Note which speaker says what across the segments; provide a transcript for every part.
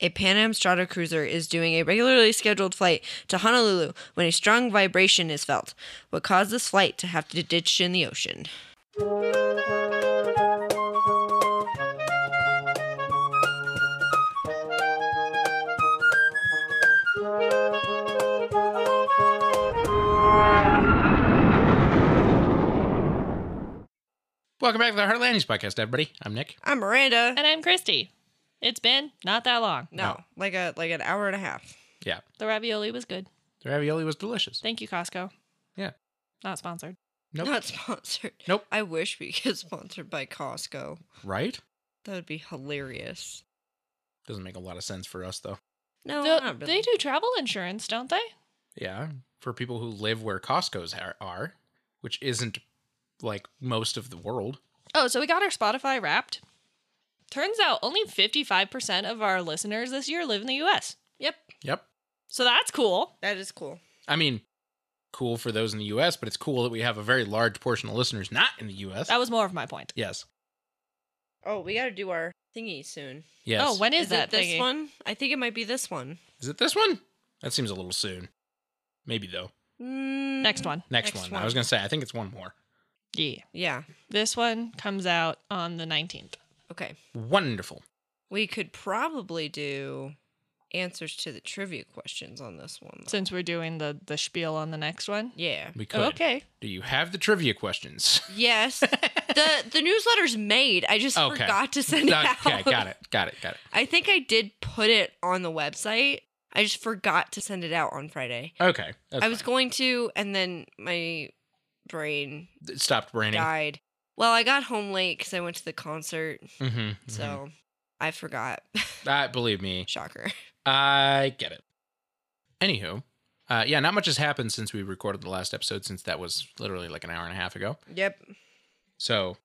Speaker 1: a Pan Am Stratocruiser is doing a regularly scheduled flight to Honolulu when a strong vibration is felt, what caused this flight to have to ditch in the ocean.
Speaker 2: Welcome back to the Heartlandings podcast, everybody. I'm Nick.
Speaker 1: I'm Miranda.
Speaker 3: And I'm Christy. It's been not that long.
Speaker 1: No,
Speaker 2: No.
Speaker 1: like a like an hour and a half.
Speaker 2: Yeah,
Speaker 3: The ravioli was good.
Speaker 2: the ravioli was delicious.
Speaker 3: Thank you, Costco.
Speaker 2: Yeah.
Speaker 3: Not sponsored.
Speaker 2: Nope.
Speaker 1: Not sponsored.
Speaker 2: Nope.
Speaker 1: I wish we could sponsored by Costco.
Speaker 2: Right?
Speaker 1: That would be hilarious.
Speaker 2: Doesn't make a lot of sense for us though.
Speaker 1: No,
Speaker 3: The-
Speaker 1: not really.
Speaker 3: They do travel insurance, don't they?
Speaker 2: Yeah, for people who live where Costco's are, are which isn't like most of the world.
Speaker 3: Oh, so we got our Spotify wrapped. Turns out only 55% of our listeners this year live in the US.
Speaker 1: Yep,
Speaker 2: Yep.
Speaker 3: So that's cool.
Speaker 1: that is cool.
Speaker 2: I mean, cool for those in the U.S., but it's cool that we have a very large portion of listeners not in the U.S.
Speaker 3: That was more of my point.
Speaker 2: yes.
Speaker 1: Oh, we got to do our thingy soon.
Speaker 2: Yes.
Speaker 3: Oh, when is,
Speaker 1: is
Speaker 3: that
Speaker 1: it this
Speaker 3: thingy?
Speaker 1: one? I think it might be this one.
Speaker 2: Is it this one? That seems a little soon. Maybe though.
Speaker 1: Mm,
Speaker 3: Next one.
Speaker 2: Next,
Speaker 1: Next
Speaker 2: one.
Speaker 1: one.
Speaker 2: I was gonna say I think it's one more.
Speaker 3: Yeah.
Speaker 1: Yeah.
Speaker 3: This one comes out on the 19th.
Speaker 1: Okay.
Speaker 2: Wonderful.
Speaker 1: We could probably do answers to the trivia questions on this one. though.
Speaker 3: Since we're doing the the spiel on the next one.
Speaker 1: yeah.
Speaker 2: We could.
Speaker 3: Okay.
Speaker 2: Do you have the trivia questions?
Speaker 1: Yes. the the newsletter's made. I just
Speaker 2: Okay.
Speaker 1: forgot to send it out.
Speaker 2: okay, got it. Got it. Got it.
Speaker 1: I think I did put it on the website. I just forgot to send it out on Friday.
Speaker 2: Okay. That's
Speaker 1: I was going to, and then my brain
Speaker 2: fine. It stopped raining.
Speaker 1: died. Well, I got home late because I went to the concert,
Speaker 2: Mm-hmm.
Speaker 1: so I forgot.
Speaker 2: that believe me,
Speaker 1: Shocker.
Speaker 2: I get it. Anywho, uh, yeah, not much has happened since we recorded the last episode, since that was literally like an hour and a half ago.
Speaker 1: Yep.
Speaker 2: So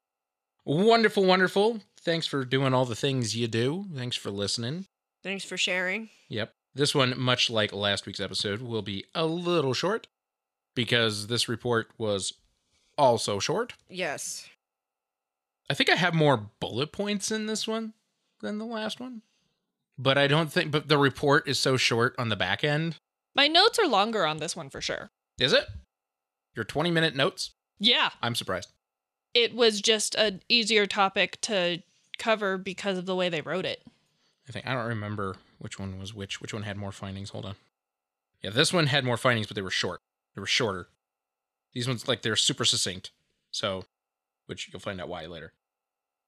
Speaker 2: wonderful, wonderful. Thanks for doing all the things you do. Thanks for listening.
Speaker 1: Thanks for sharing.
Speaker 2: Yep. This one, much like last week's episode, will be a little short because this report was also short.
Speaker 1: Yes.
Speaker 2: I think I have more bullet points in this one than the last one. But I don't think but the report is so short on the back end.
Speaker 3: My notes are longer on this one for sure.
Speaker 2: Is it? Your 20 minute notes?
Speaker 3: Yeah.
Speaker 2: I'm surprised.
Speaker 3: It was just an easier topic to cover because of the way they wrote it.
Speaker 2: I think I don't remember which one was which. Which one had more findings? Hold on. Yeah, this one had more findings, but they were short. They were shorter. These ones like they're super succinct. So, which you'll find out why later.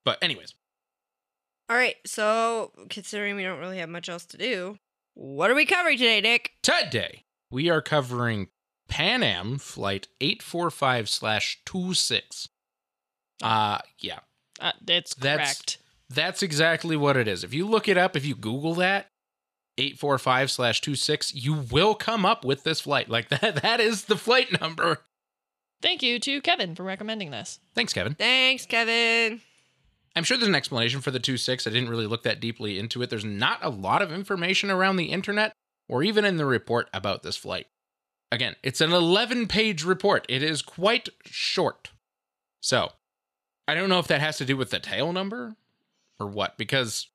Speaker 2: But anyways,
Speaker 1: All right. So, considering we don't really have much else to do, what are we covering today, Nick?
Speaker 2: today we are covering Pan Am Flight 845 slash 26. Uh, yeah,
Speaker 3: Uh, it's
Speaker 2: That's-
Speaker 3: correct.
Speaker 2: That's exactly what it is. If you look it up, if you Google that, 845 slash 26, you will come up with this flight. Like that, that is the flight number.
Speaker 3: Thank you to Kevin for recommending this.
Speaker 2: Thanks, Kevin.
Speaker 1: Thanks, Kevin.
Speaker 2: I'm sure there's an explanation for the 26. I didn't really look that deeply into it. There's not a lot of information around the internet or even in the report about this flight. Again, it's an 11 page report. It is quite short. So, I don't know if that has to do with the tail number or what, because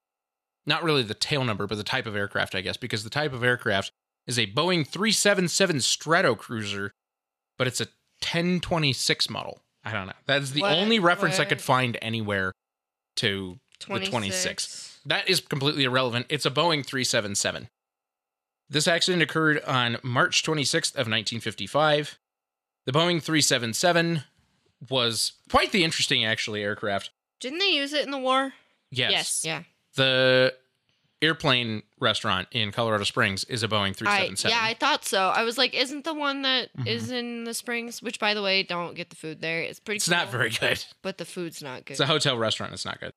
Speaker 2: not really the tail number, but the type of aircraft, I guess, because the type of aircraft is a Boeing 377 Stratocruiser, but it's a 1026 model. I don't know. That's the
Speaker 1: What?
Speaker 2: only reference I
Speaker 1: What?
Speaker 2: could find anywhere to the 26. That is completely irrelevant. It's a Boeing 377. This accident occurred on March 26th of 1955. The Boeing 377 was quite the interesting actually aircraft.
Speaker 1: Didn't they use it in the war?
Speaker 2: Yes.
Speaker 3: Yes.
Speaker 1: Yeah.
Speaker 2: The airplane restaurant in Colorado Springs is a Boeing 377.
Speaker 1: yeah, I thought so. I was like, isn't the one that is
Speaker 2: Mhm.
Speaker 1: in the springs? Which, by the way, don't get the food there. It's pretty.
Speaker 2: it's not
Speaker 1: cool,
Speaker 2: very good.
Speaker 1: But the food's not good.
Speaker 2: It's a hotel restaurant. It's not good.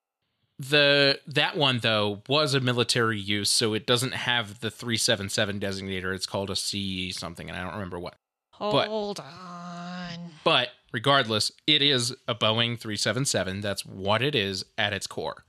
Speaker 2: The that one though was a military use, so it doesn't have the 377 designator. It's called a C something, and I don't remember what.
Speaker 3: Hold on.
Speaker 2: But regardless, it is a Boeing 377. That's what it is at its core,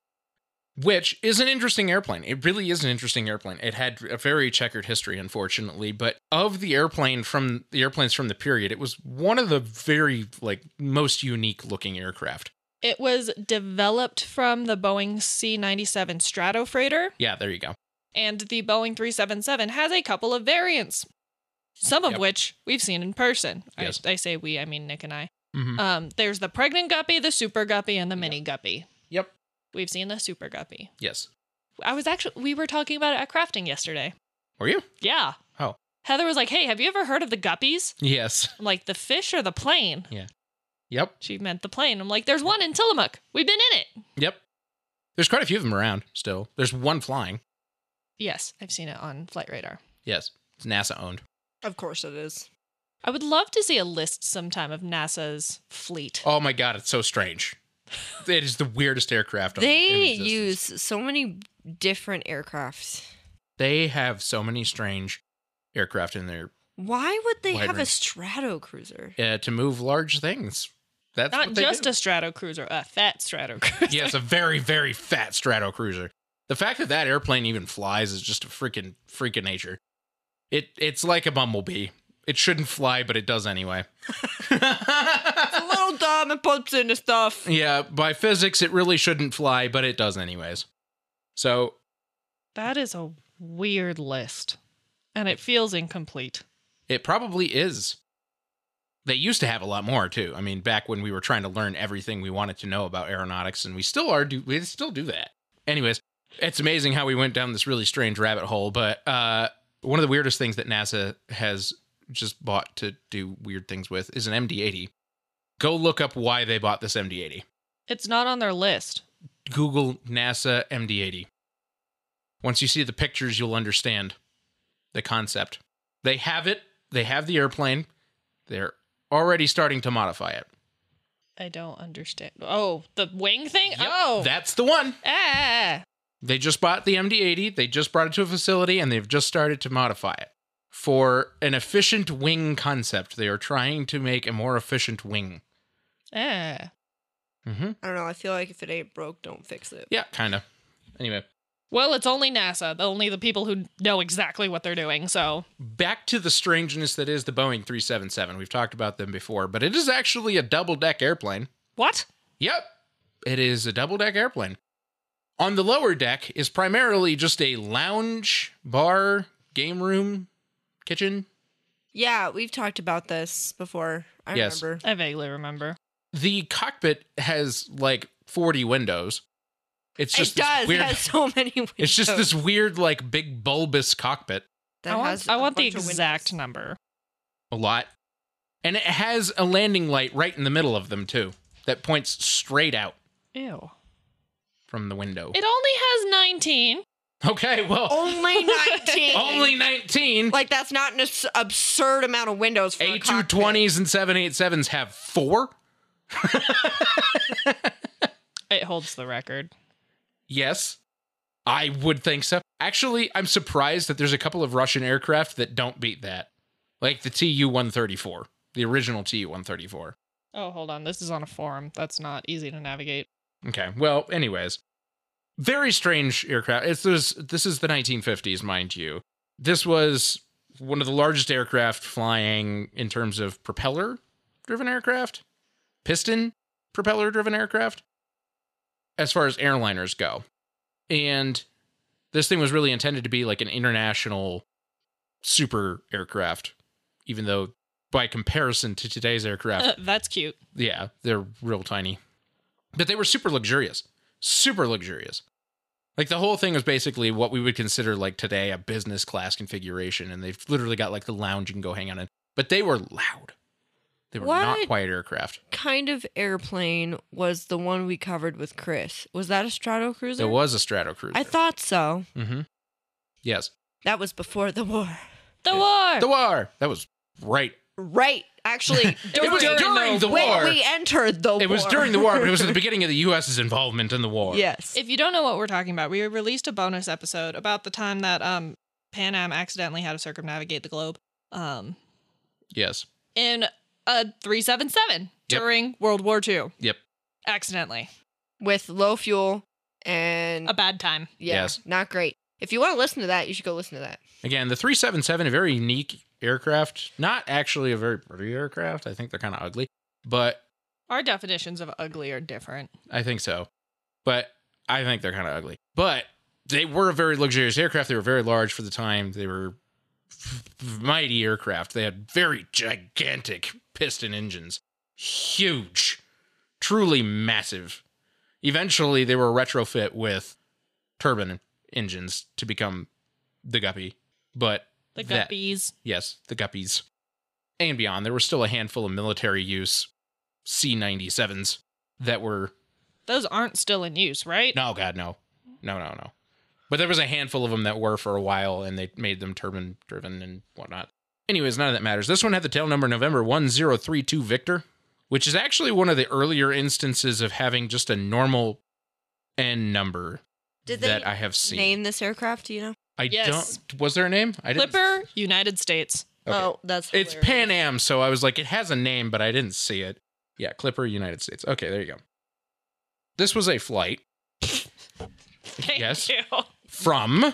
Speaker 2: which is an interesting airplane. It really is an interesting airplane. It had a very checkered history, unfortunately, but of the airplane from the airplanes from the period, it was one of the very like most unique looking aircraft.
Speaker 3: It was developed from the Boeing C 97 Stratofreighter,
Speaker 2: Yeah, there you go.
Speaker 3: and the Boeing 377 has a couple of variants, some of
Speaker 2: Yep.
Speaker 3: which we've seen in person.
Speaker 2: Yes.
Speaker 3: I, I say we, I mean Nick and I.
Speaker 2: Mhm.
Speaker 3: Um, there's the pregnant guppy, the super guppy, and the mini guppy.
Speaker 2: Yep.
Speaker 3: We've seen the super guppy.
Speaker 2: Yes.
Speaker 3: I was actually, we were talking about it at crafting yesterday.
Speaker 2: Were you?
Speaker 3: Yeah.
Speaker 2: Oh.
Speaker 3: Heather was like, hey, have you ever heard of the guppies?
Speaker 2: Yes.
Speaker 3: I'm like, the fish or the plane?
Speaker 2: Yep.
Speaker 3: She meant the plane. I'm like, there's one in Tillamook. We've been in it.
Speaker 2: Yep. There's quite a few of them around still. There's one flying.
Speaker 3: Yes, I've seen it on flight radar.
Speaker 2: Yes. It's NASA owned.
Speaker 1: Of course it is.
Speaker 3: I would love to see a list sometime of NASA's fleet.
Speaker 2: Oh my god, it's so strange. It is the weirdest aircraft. on- in
Speaker 1: They
Speaker 2: existence.
Speaker 1: use so many different aircrafts.
Speaker 2: They have so many strange aircraft in there
Speaker 1: Why would they
Speaker 2: Wide
Speaker 1: have a
Speaker 2: range.
Speaker 1: strato cruiser?
Speaker 2: uh, to move large things. That's
Speaker 3: Not
Speaker 2: what they
Speaker 3: just
Speaker 2: do.
Speaker 3: a Stratocruiser, a fat Stratocruiser.
Speaker 2: yes, a very very fat Stratocruiser. The fact that that airplane even flies is just a freaking freak of nature. It it's like a bumblebee. It shouldn't fly, but it does anyway.
Speaker 1: a little dumb and pumps into stuff.
Speaker 2: yeah, by physics, it really shouldn't fly, but it does anyways. So
Speaker 3: That is a weird list. And it feels incomplete.
Speaker 2: It probably is. They used to have a lot more too. I mean, back when we were trying to learn everything we wanted to know about aeronautics, and we still are do we still do that. Anyways, it's amazing how we went down this really strange rabbit hole. But uh, one of the weirdest things that NASA has just bought to do weird things with is an MD-80. Go look up why they bought this MD-80.
Speaker 3: It's not on their list.
Speaker 2: Google NASA MD-80. Once you see the pictures, you'll understand the concept. They have it. They have the airplane. They're already starting to modify it.
Speaker 3: I don't understand. Oh, the wing thing?
Speaker 2: Yep,
Speaker 3: oh.
Speaker 2: that's the one.
Speaker 3: ah.
Speaker 2: They just bought the MD-80. They just brought it to a facility, and they've just started to modify it for an efficient wing concept. They are trying to make a more efficient wing.
Speaker 3: Ah.
Speaker 2: Mm-hmm.
Speaker 1: I don't know. I feel like if it ain't broke, don't fix it.
Speaker 2: Yeah, kind of. Anyway,
Speaker 3: Well, it's only NASA, the- only the people who know exactly what they're doing. So,
Speaker 2: back to the strangeness that is the Boeing 377. We've talked about them before, but it is actually a double deck airplane.
Speaker 3: what?
Speaker 2: Yep, it is a double deck airplane. On the lower deck is primarily just a lounge, bar, game room, kitchen.
Speaker 1: Yeah, we've talked about this before. I
Speaker 2: Yes.
Speaker 1: remember.
Speaker 3: I vaguely remember.
Speaker 2: The cockpit has like 40 windows. It's just
Speaker 1: it
Speaker 2: this
Speaker 1: does.
Speaker 2: weird.
Speaker 1: It has so many windows.
Speaker 2: it's just this weird, like big bulbous cockpit.
Speaker 1: that
Speaker 3: I want,
Speaker 1: has
Speaker 3: I
Speaker 1: a
Speaker 3: want the
Speaker 1: bunch of
Speaker 3: exact
Speaker 1: windows.
Speaker 3: number.
Speaker 2: a lot. And it has a landing light right in the middle of them, too, that points straight out
Speaker 3: Ew.
Speaker 2: from the window.
Speaker 3: It only has 19.
Speaker 2: Okay, well,
Speaker 1: Only 19.
Speaker 2: only 19.
Speaker 1: Like, that's not an abs- absurd amount of windows for a cockpit.
Speaker 2: A220s and 787s have four?
Speaker 3: It holds the record.
Speaker 2: Yes. I would think so. Actually, I'm surprised that there's a couple of Russian aircraft that don't beat that. Like the Tu 134, the original Tu 134.
Speaker 3: Oh, hold on. This is on a forum. That's not easy to navigate.
Speaker 2: Okay, well, anyways. Very strange aircraft. It's this, this is the 1950s, mind you. This was one of the largest aircraft flying in terms of propeller driven aircraft, piston propeller driven aircraft, as far as airliners go. And this thing was really intended to be like an international super aircraft, even though by comparison to today's aircraft,
Speaker 3: That's cute.
Speaker 2: yeah, they're real tiny. But they were super luxurious. Super luxurious. Like the whole thing was basically what we would consider like today a business class configuration, and they've literally got like the lounge you can go hang out in. But they were loud. They were not
Speaker 1: What?
Speaker 2: quiet aircraft.
Speaker 1: kind of airplane was the one we covered with Chris? Was that a strato cruiser?
Speaker 2: There was a Stratocruiser.
Speaker 1: I thought so.
Speaker 2: Mm-hmm. Yes.
Speaker 1: That was before the war.
Speaker 3: The
Speaker 2: Yeah.
Speaker 3: war.
Speaker 2: The war. That was right.
Speaker 1: Right. Actually,
Speaker 2: it was
Speaker 3: During
Speaker 2: during, the
Speaker 3: the
Speaker 1: when
Speaker 2: war.
Speaker 1: we entered the war.
Speaker 2: it was during the war, but it was at the beginning of the U.S.'s involvement in the war.
Speaker 1: Yes.
Speaker 3: if you don't know what we're talking about, we released a bonus episode about the time that um Pan Am accidentally had to circumnavigate the globe um
Speaker 2: Yes.
Speaker 3: in a
Speaker 2: Yep.
Speaker 3: 377 during World War II.
Speaker 2: Yep.
Speaker 3: Accidentally.
Speaker 1: With low fuel and
Speaker 3: A bad time.
Speaker 1: yeah,
Speaker 2: Yes.
Speaker 1: not great. If you want to listen to that, you should go listen to that.
Speaker 2: Again, the 377, a very unique aircraft. Not actually a very pretty aircraft. I think they're kind of ugly, but
Speaker 3: Our definitions of ugly are different.
Speaker 2: I think so. But I think they're kind of ugly. But they were a very luxurious aircraft. They were very large for the time. They were mighty aircraft. They had very gigantic piston engines, huge, truly massive. Eventually, they were retrofit with turbine engines to become the Guppy. But
Speaker 3: The
Speaker 2: That-
Speaker 3: guppies.
Speaker 2: yes, the Guppies. And beyond, there were still a handful of military use C 97s that were
Speaker 3: Those aren't still in use, right?
Speaker 2: no, God, no, no, no, no. But there was a handful of them that were for a while, and they made them turbine driven and whatnot. Anyways, none of that matters. This one had the tail number November one zero three two Victor, which is actually one of the earlier instances of having just a normal N number
Speaker 1: Did they
Speaker 2: that I have seen.
Speaker 1: Name this aircraft, do you know?
Speaker 2: I
Speaker 3: Yes.
Speaker 2: don't. Was there a name? I didn't.
Speaker 3: Clipper, United States.
Speaker 2: Okay.
Speaker 1: Oh, that's
Speaker 2: It's
Speaker 1: hilarious.
Speaker 2: Pan Am, so I was like, it has a name, but I didn't see it. Yeah, Clipper United States. Okay, there you go. This was a flight
Speaker 3: Thank
Speaker 2: Yes.
Speaker 3: you. Oh,
Speaker 2: from.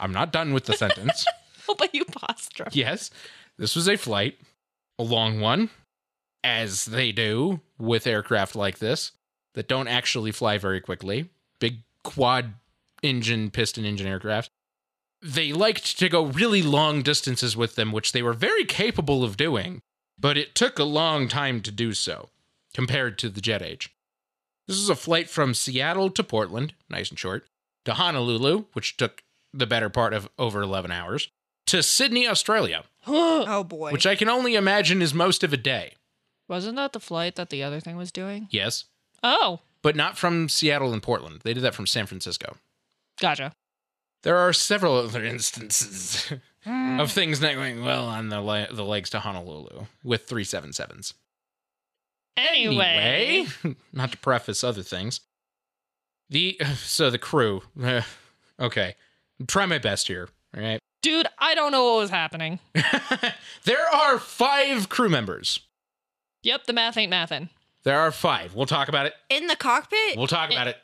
Speaker 2: I'm not done with the sentence.
Speaker 3: but you apostrophe.
Speaker 2: Yes, this was a flight, a long one, as they do with aircraft like this that don't actually fly very quickly. Big quad engine, piston engine aircraft. They liked to go really long distances with them, which they were very capable of doing, but it took a long time to do so compared to the jet age. This is a flight from Seattle to Portland, nice and short, to Honolulu, which took the better part of over 11 hours, to Sydney, Australia,
Speaker 1: Oh boy.
Speaker 2: which I can only imagine is most of a day.
Speaker 3: Wasn't that the flight that the other thing was doing?
Speaker 2: Yes,
Speaker 3: Oh,
Speaker 2: but not from Seattle and Portland. They did that from San Francisco.
Speaker 3: gotcha.
Speaker 2: There are several other instances of things not going well on the, le- the legs to Honolulu with 377s.
Speaker 3: Anyway.
Speaker 2: Anyway, not to preface other things. The so the crew. eh, okay. Try my best here, all right?
Speaker 3: Dude, I don't know what was happening.
Speaker 2: there are 5 crew members.
Speaker 3: Yep, the math ain't mathin'.
Speaker 2: There are 5. We'll talk about it
Speaker 1: In the cockpit?
Speaker 2: We'll talk about it.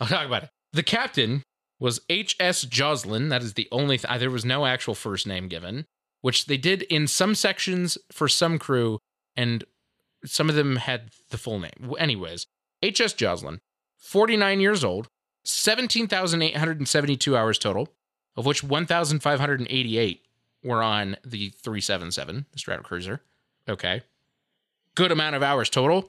Speaker 2: I'll talk about it. The captain was H.S. Joslin. That is the only th- there was no actual first name given, which they did in some sections for some crew, and some of them had the full name. W- Anyways, H.S. Joslin, 49 years old, 17,872 hours total, of which 1,588 were on the 377, the Stratocruiser. Okay. Good amount of hours total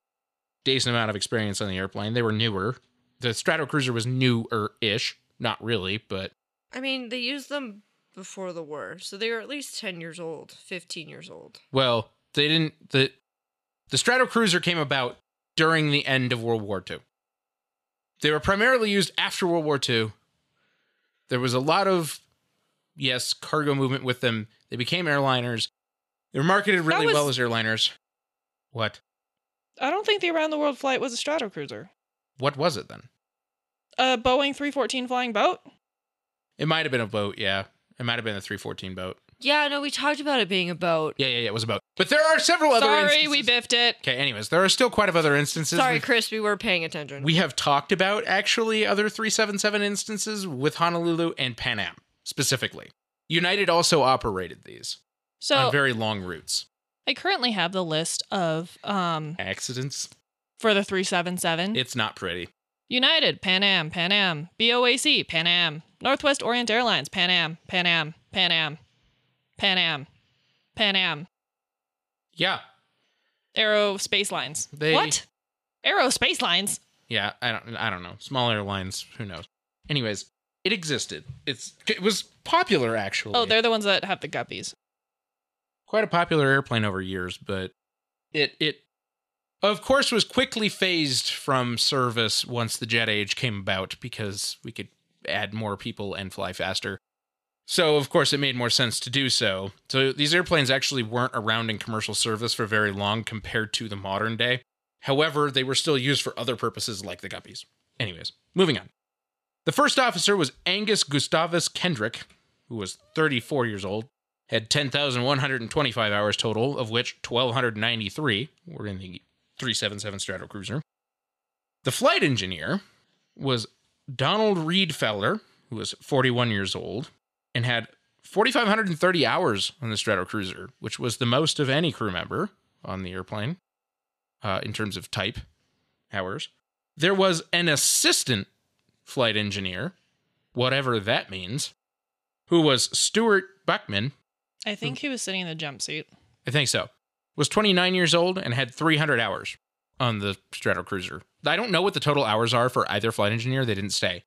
Speaker 2: decent amount of experience on the airplane. They were newer. The Stratocruiser was newer ish. Not really, but
Speaker 1: I mean, they used them before the war, so they were at least 10 years old, 15 years old.
Speaker 2: well, they didn't. The, the Stratocruiser came about during the end of World War II. They were primarily used after World War II. There was a lot of, yes, cargo movement with them. They became airliners. They were marketed really
Speaker 3: was-
Speaker 2: well as airliners. What?
Speaker 3: I don't think the around the world flight was a Stratocruiser.
Speaker 2: What was it then?
Speaker 3: A Boeing 314 flying boat?
Speaker 2: It might have been a boat, yeah. It might have been a 314 boat.
Speaker 1: Yeah, no, we talked about it being a boat.
Speaker 2: Yeah, yeah, yeah. It was a boat. But there are several other
Speaker 3: Sorry,
Speaker 2: instances.
Speaker 3: we biffed it.
Speaker 2: Okay, anyways, there are still quite of other instances.
Speaker 1: Sorry,
Speaker 2: we've-
Speaker 1: Chris, we were paying attention.
Speaker 2: we have talked about actually other 377 instances with Honolulu and Pan Am specifically. United also operated these
Speaker 3: So
Speaker 2: on very long routes.
Speaker 3: I currently have the list of um
Speaker 2: Accidents?
Speaker 3: for the 377.
Speaker 2: It's not pretty.
Speaker 3: United, Pan Am, Pan Am, BOAC, Pan Am, Northwest Orient Airlines, Pan Am, Pan Am, Pan Am, Pan Am, Pan Am,
Speaker 2: Yeah,
Speaker 3: Aerospace Lines.
Speaker 2: They-
Speaker 3: What? Aerospace Lines?
Speaker 2: yeah. I don't. I don't know. Small airlines. Who knows? Anyways, it existed. It's. It was popular actually.
Speaker 3: Oh, they're the ones that have the guppies.
Speaker 2: quite a popular airplane over years, but it it of course was quickly phased from service once the jet age came about because we could add more people and fly faster. So of course it made more sense to do so. So these airplanes actually weren't around in commercial service for very long compared to the modern day. However, they were still used for other purposes like the guppies. Anyways, moving on. The first officer was Angus Gustavus Kendrick, who was 34 years old had 10,125 hours total, of which 1,293 were in the 377 Stratocruiser. The flight engineer was Donald Reed Fowler, who was 41 years old and had 4,530 hours on the Stratocruiser, which was the most of any crew member on the airplane uh, in terms of type hours. There was an assistant flight engineer, whatever that means, who was Stuart Buckman,
Speaker 3: I think he was sitting in the jump seat.
Speaker 2: I think so, was 29 years old and had 300 hours on the Stratocruiser. I don't know what the total hours are for either flight engineer, they didn't say.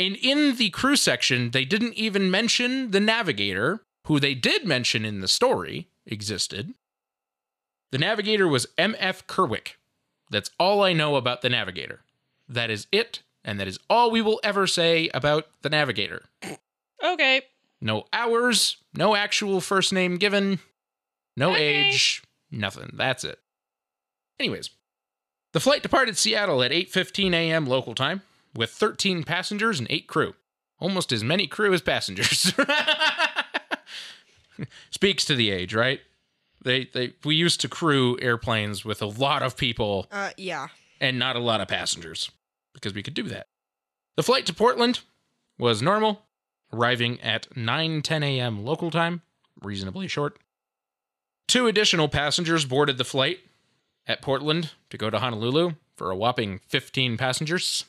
Speaker 2: And in the crew section, they didn't even mention the navigator, who they did mention in the story existed. The navigator was M.F. Kerwick. That's all I know about the navigator. That is it, and that is all we will ever say about the navigator.
Speaker 3: Okay.
Speaker 2: No hours, no actual first name given, no
Speaker 3: Okay.
Speaker 2: age, nothing. That's it. Anyways, the flight departed Seattle at 8:15 a.m. local time with 13 passengers and 8 crew. Almost as many crew as passengers. Speaks to the age, right? They they we used to crew airplanes with a lot of people
Speaker 1: Uh, yeah.
Speaker 2: and not a lot of passengers because we could do that. The flight to Portland was normal, arriving at 9:10 a.m. local time, reasonably short. Two additional passengers boarded the flight at Portland to go to Honolulu for a whopping 15 passengers.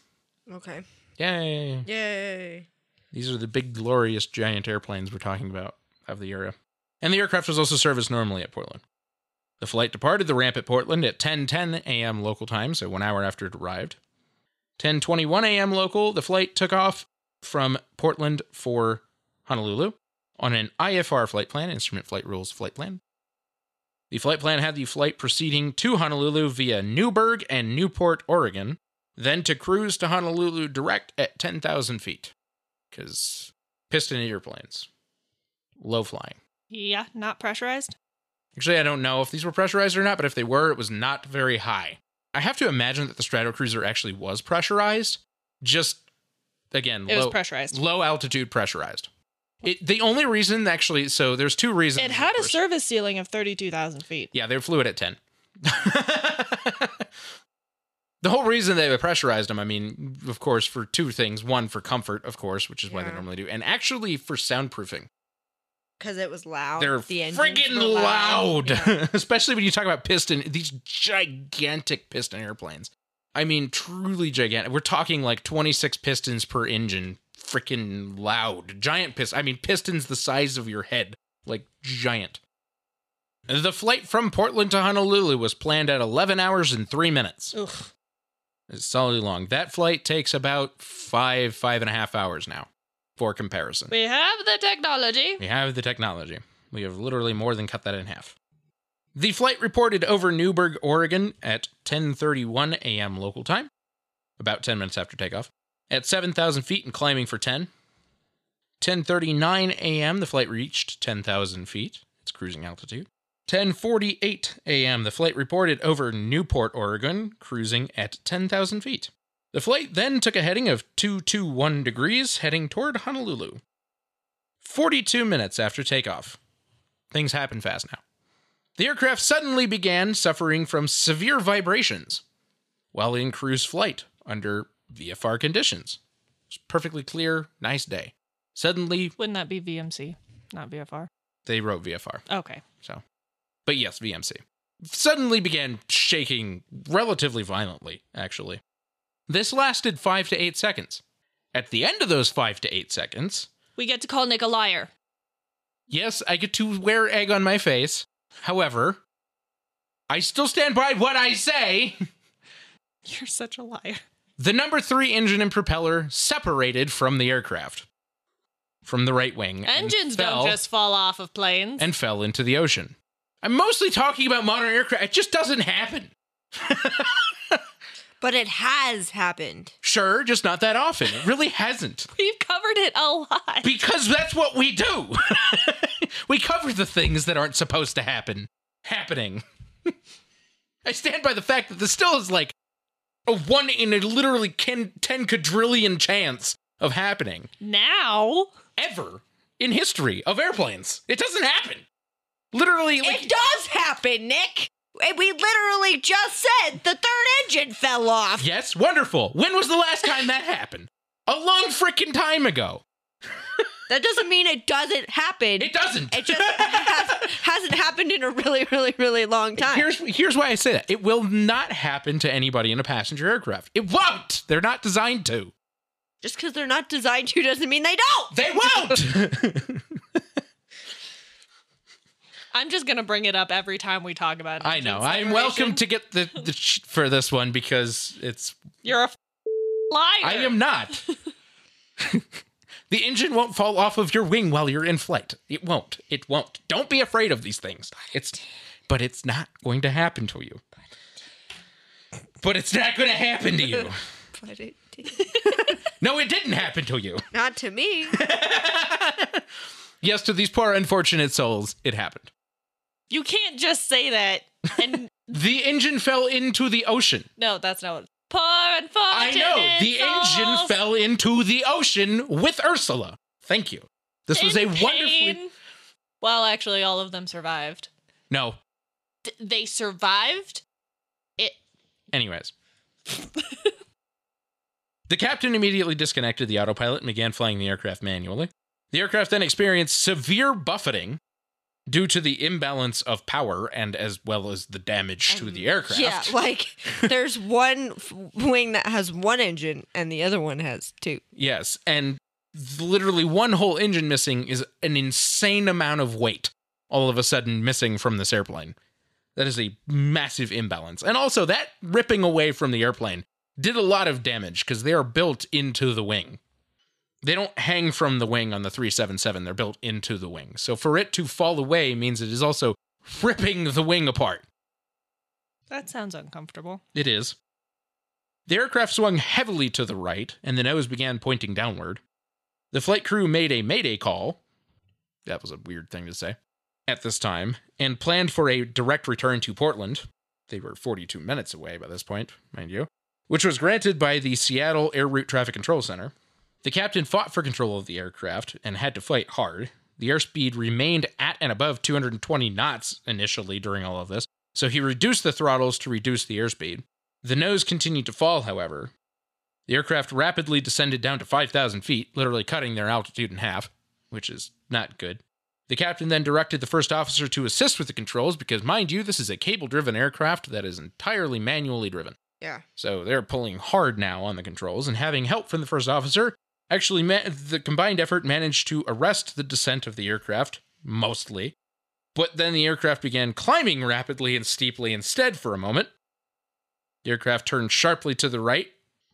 Speaker 1: Okay.
Speaker 2: Yay.
Speaker 1: Yay.
Speaker 2: These are the big glorious giant airplanes we're talking about of the era. And the aircraft was also serviced normally at Portland. The flight departed the ramp at Portland at 10:10 a.m. local time, so 1 hour after it arrived. 10:21 a.m. local, the flight took off from Portland for Honolulu on an IFR flight plan, instrument flight rules flight plan. The flight plan had the flight proceeding to Honolulu via Newburgh and Newport, Oregon, then to cruise to Honolulu direct at 10,000 feet because piston airplanes, low flying.
Speaker 3: Yeah, not pressurized.
Speaker 2: Actually, I don't know if these were pressurized or not, but if they were, it was not very high. I have to imagine that the Stratocruiser actually was pressurized. Just again,
Speaker 3: It was
Speaker 2: low,
Speaker 3: pressurized.
Speaker 2: low altitude pressurized. It, the only reason actually, so there's two reasons.
Speaker 3: It had a
Speaker 2: First-
Speaker 3: service ceiling of 32,000 feet.
Speaker 2: Yeah, they flew it at 10. the whole reason they pressurized them, I mean, of course, for two things. One, for comfort, of course, which is why they
Speaker 1: Yeah.
Speaker 2: normally do, and actually for soundproofing.
Speaker 1: Because it was loud.
Speaker 2: They're
Speaker 1: the engines
Speaker 2: friggin'
Speaker 1: were
Speaker 2: loud,
Speaker 1: Yeah.
Speaker 2: especially when you talk about piston. These gigantic piston airplanes. I mean, truly gigantic. We're talking like 26 pistons per engine. Freaking loud, giant piston. I mean, pistons the size of your head, like giant. The flight from Portland to Honolulu was planned at 11 hours and three minutes.
Speaker 3: Ugh.
Speaker 2: It's solidly long. That flight takes about five, five and a half hours now, for comparison.
Speaker 3: We have the technology.
Speaker 2: We have the technology. We have literally more than cut that in half. The flight reported over Newburgh, Oregon at 10:31 a.m. local time, about 10 minutes after takeoff, at 7,000 feet and climbing for 10. 10:39 a.m. the flight reached 10,000 feet. It's cruising altitude. 10:48 a.m. the flight reported over Newport, Oregon, cruising at 10,000 feet. The flight then took a heading of 221 degrees heading toward Honolulu. 42 minutes after takeoff. Things happen fast now. The aircraft suddenly began suffering from severe vibrations while in cruise flight under VFR conditions. It's perfectly clear, nice day. Suddenly,
Speaker 3: Wouldn't that be VMC, not VFR?
Speaker 2: they wrote VFR.
Speaker 3: Okay.
Speaker 2: So, but yes, VMC suddenly began shaking relatively violently, actually. This lasted five to eight seconds. At the end of those five to eight seconds,
Speaker 3: We get to call Nick a liar.
Speaker 2: Yes, I get to wear egg on my face. However, I still stand by what I say.
Speaker 3: You're such a liar.
Speaker 2: The number three engine and propeller separated from the aircraft, from the right wing. and
Speaker 3: Engines
Speaker 2: fell-
Speaker 3: don't just fall off of planes.
Speaker 2: and fell into the ocean. I'm mostly talking about modern aircraft. It just doesn't happen.
Speaker 1: But it has happened.
Speaker 2: Sure, just not that often. It really hasn't.
Speaker 3: We've covered it a lot.
Speaker 2: Because that's what we do. we cover the things that aren't supposed to happen happening. I stand by the fact that this still is like a one in a literally 10, 10 quadrillion chance of happening
Speaker 3: Now,
Speaker 2: ever in history of airplanes. It doesn't happen. Literally, like,
Speaker 1: it does happen, Nick. And We literally just said the third engine fell off.
Speaker 2: yes, wonderful. When was the last time that happened? A long freaking time ago.
Speaker 1: That doesn't mean it doesn't happen.
Speaker 2: It doesn't.
Speaker 1: It just has, hasn't happened in a really, really, really long time.
Speaker 2: Here's here's why I say that. It will not happen to anybody in a passenger aircraft. It won't. They're not designed to.
Speaker 1: Just because they're not designed to doesn't mean they don't.
Speaker 2: They won't.
Speaker 3: I'm just gonna bring it up every time we talk about.
Speaker 2: I know. I'm
Speaker 3: infant starvation.
Speaker 2: welcome to get the, the sh- for this one because it's.
Speaker 3: You're a f- liar.
Speaker 2: I am not. the engine won't fall off of your wing while you're in flight. It won't. It won't. Don't be afraid of these things. It's, but it's not going to happen to you. But it's not going to happen to you.
Speaker 1: But it did.
Speaker 2: No, it didn't happen to you.
Speaker 1: not to me.
Speaker 2: Yes, to these poor unfortunate souls, it happened.
Speaker 3: You can't just say that. And
Speaker 2: The engine fell into the ocean.
Speaker 3: no, that's not what. Poor unfortunate.
Speaker 2: I know. The engine
Speaker 3: souls
Speaker 2: fell into the ocean with Ursula. Thank you. This was a
Speaker 3: in
Speaker 2: wonderfully
Speaker 3: pain. Well, actually, all of them survived.
Speaker 2: No.
Speaker 3: D- they survived. It.
Speaker 2: Anyways. the captain immediately disconnected the autopilot and began flying the aircraft manually. The aircraft then experienced severe buffeting due to the imbalance of power and as well as the damage to the aircraft.
Speaker 1: Yeah, like there's one f- wing that has one engine and the other one has two.
Speaker 2: Yes, and th- literally one whole engine missing is an insane amount of weight all of a sudden missing from this airplane. That is a massive imbalance. And also that ripping away from the airplane did a lot of damage cuz they are built into the wing. They don't hang from the wing on the 377, they're built into the wing. So for it to fall away means it is also ripping the wing apart.
Speaker 3: That sounds uncomfortable.
Speaker 2: It is. The aircraft swung heavily to the right, and the nose began pointing downward. The flight crew made a mayday call. That was a weird thing to say. At this time, and planned for a direct return to Portland. They were 42 minutes away by this point, mind you, which was granted by the Seattle Air Route Traffic Control Center. The captain fought for control of the aircraft and had to fight hard. The airspeed remained at and above 220 knots initially during all of this, so he reduced the throttles to reduce the airspeed. The nose continued to fall, however. The aircraft rapidly descended down to 5,000 feet, literally cutting their altitude in half, which is not good. The captain then directed the first officer to assist with the controls because, mind you, this is a cable driven aircraft that is entirely manually driven.
Speaker 1: Yeah.
Speaker 2: So they're pulling hard now on the controls, and having help from the first officer, actually, ma- the combined effort managed to arrest the descent of the aircraft, mostly. But then the aircraft began climbing rapidly and steeply instead for a moment. The aircraft turned sharply to the right,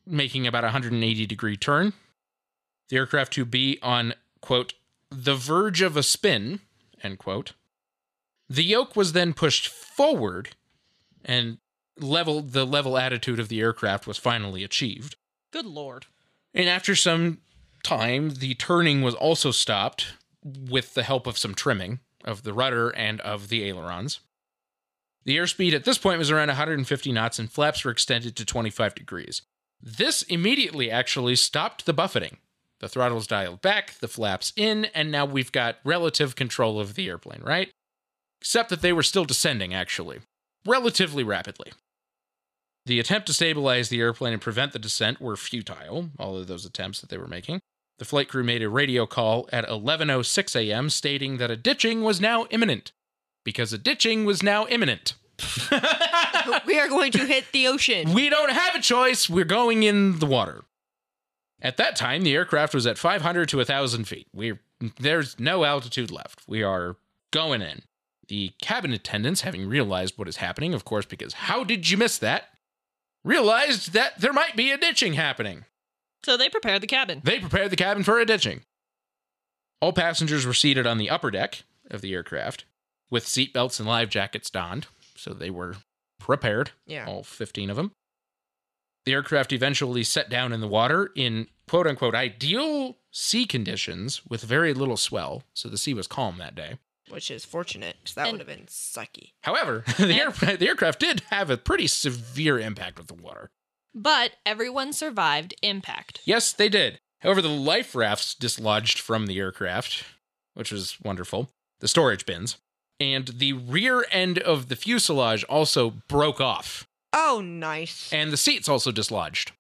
Speaker 2: making about a 180 degree turn. The aircraft to be on, quote, the verge of a spin, end quote. The yoke was then pushed forward and level the level attitude of the aircraft was finally achieved.
Speaker 3: Good lord.
Speaker 2: And after some time, the turning was also stopped with the help of some trimming of the rudder and of the ailerons. The airspeed at this point was around 150 knots and flaps were extended to 25 degrees. This immediately actually stopped the buffeting. The throttle's dialed back, the flaps in, and now we've got relative control of the airplane, right? Except that they were still descending, actually, relatively rapidly. The attempt to stabilize the airplane and prevent the descent were futile, all of those attempts that they were making. The flight crew made a radio call at 11:06 a.m. stating that a ditching was now imminent because a ditching was now imminent.
Speaker 1: we are going to hit the ocean.
Speaker 2: We don't have a choice. We're going in the water. At that time, the aircraft was at 500 to 1,000 feet. We're, there's no altitude left. We are going in. The cabin attendants, having realized what is happening, of course, because how did you miss that? Realized that there might be a ditching happening.
Speaker 3: So they prepared the cabin.
Speaker 2: They prepared the cabin for a ditching. All passengers were seated on the upper deck of the aircraft with seatbelts and life jackets donned, so they were prepared
Speaker 1: Yeah.
Speaker 2: all 15 of them. The aircraft eventually set down in the water in quote unquote ideal sea conditions with very little swell, so the sea was calm that day.
Speaker 1: Which is fortunate because that
Speaker 3: And-
Speaker 1: would have been sucky.
Speaker 2: However, the, air, the aircraft did have a pretty severe impact with the water.
Speaker 3: But everyone survived impact.
Speaker 2: Yes, they did. However, the life rafts dislodged from the aircraft, which was wonderful, the storage bins, and the rear end of the fuselage also broke off,
Speaker 1: Oh, nice.
Speaker 2: and the seats also dislodged.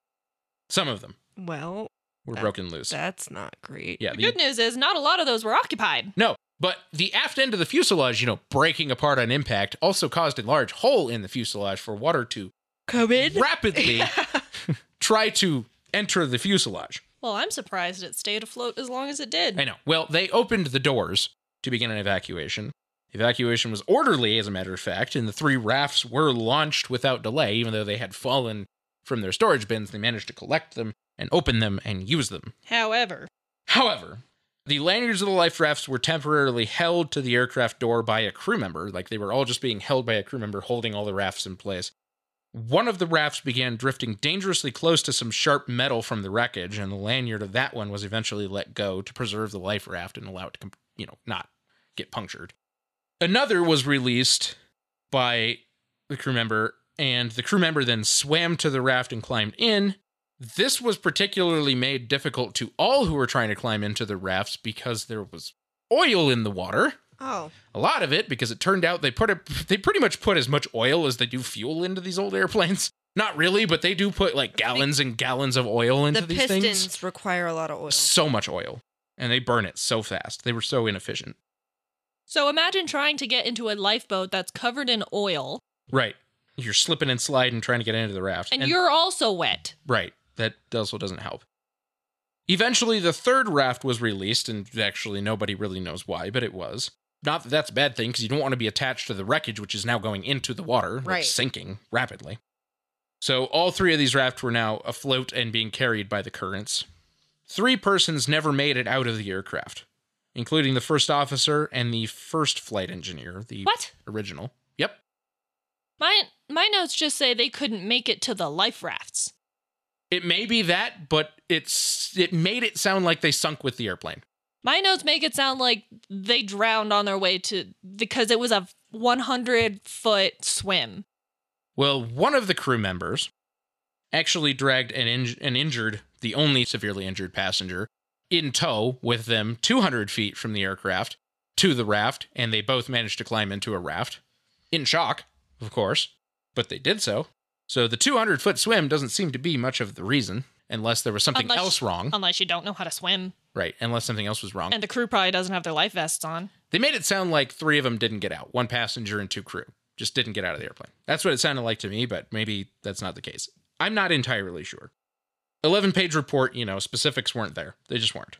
Speaker 2: Some of them
Speaker 1: Well,
Speaker 2: were
Speaker 1: That-
Speaker 2: broken loose.
Speaker 1: that's not great.
Speaker 2: yeah,
Speaker 3: The
Speaker 2: the-
Speaker 3: good news is not a lot of those were occupied.
Speaker 2: No, but the aft end of the fuselage, you know, breaking apart on impact, also caused a large hole in the fuselage for water to
Speaker 1: Come in.
Speaker 2: rapidly try to enter the fuselage.
Speaker 3: Well, I'm surprised it stayed afloat as long as it did.
Speaker 2: I know. Well, they opened the doors to begin an evacuation. Evacuation was orderly, as a matter of fact, and the three rafts were launched without delay, even though they had fallen from their storage bins. They managed to collect them and open them and use them.
Speaker 3: However,
Speaker 2: However, the lanyards of the life rafts were temporarily held to the aircraft door by a crew member, like they were all just being held by a crew member holding all the rafts in place. One of the rafts began drifting dangerously close to some sharp metal from the wreckage, and the lanyard of that one was eventually let go to preserve the life raft and allow it to, com- you know, not get punctured. Another was released by the crew member, and the crew member then swam to the raft and climbed in. This was particularly made difficult to all who were trying to climb into the rafts because there was oil in the water.
Speaker 1: Oh.
Speaker 2: A lot of it because it turned out they put a, they pretty much put as much oil as they do fuel into these old airplanes. Not really, but they do put like gallons and gallons of oil into
Speaker 1: The
Speaker 2: these
Speaker 1: pistons
Speaker 2: things
Speaker 1: require a lot of oil.
Speaker 2: so much oil and they burn it so fast. They were so inefficient.
Speaker 3: so imagine trying to get into a lifeboat that's covered in oil
Speaker 2: Right. You're slipping and sliding trying to get into the raft.
Speaker 3: and, you're also wet.
Speaker 2: right. That also doesn't help. Eventually, the third raft was released, and actually, nobody really knows why, but it was. Not that that's a bad thing, because you don't want to be attached to the wreckage, which is now going into the water, like
Speaker 1: Right.
Speaker 2: sinking rapidly. So, all three of these rafts were now afloat and being carried by the currents. Three persons never made it out of the aircraft, including the first officer and the first flight engineer, the
Speaker 3: What?
Speaker 2: original. Yep.
Speaker 3: My my notes just say they couldn't make it to the life rafts.
Speaker 2: It may be that, but it's it made it sound like they sunk with the airplane.
Speaker 3: My notes make it sound like they drowned on their way to because it was a 100 foot swim.
Speaker 2: Well, one of the crew members actually dragged an inj- and injured the only severely injured passenger in tow with them 200 feet from the aircraft to the raft, and they both managed to climb into a raft in shock, of course, but they did so. So the 200 foot swim doesn't seem to be much of the reason, unless there was something
Speaker 3: Unless- um
Speaker 2: else wrong,
Speaker 3: Unless you don't know how to swim,
Speaker 2: right? Unless something else was wrong.
Speaker 3: and the crew probably doesn't have their life vests on.
Speaker 2: They made it sound like three of them didn't get out. One passenger and two crew just didn't get out of the airplane. That's what it sounded like to me, but maybe that's not the case. I'm not entirely sure. 11 page report, you know, specifics weren't there. They just weren't.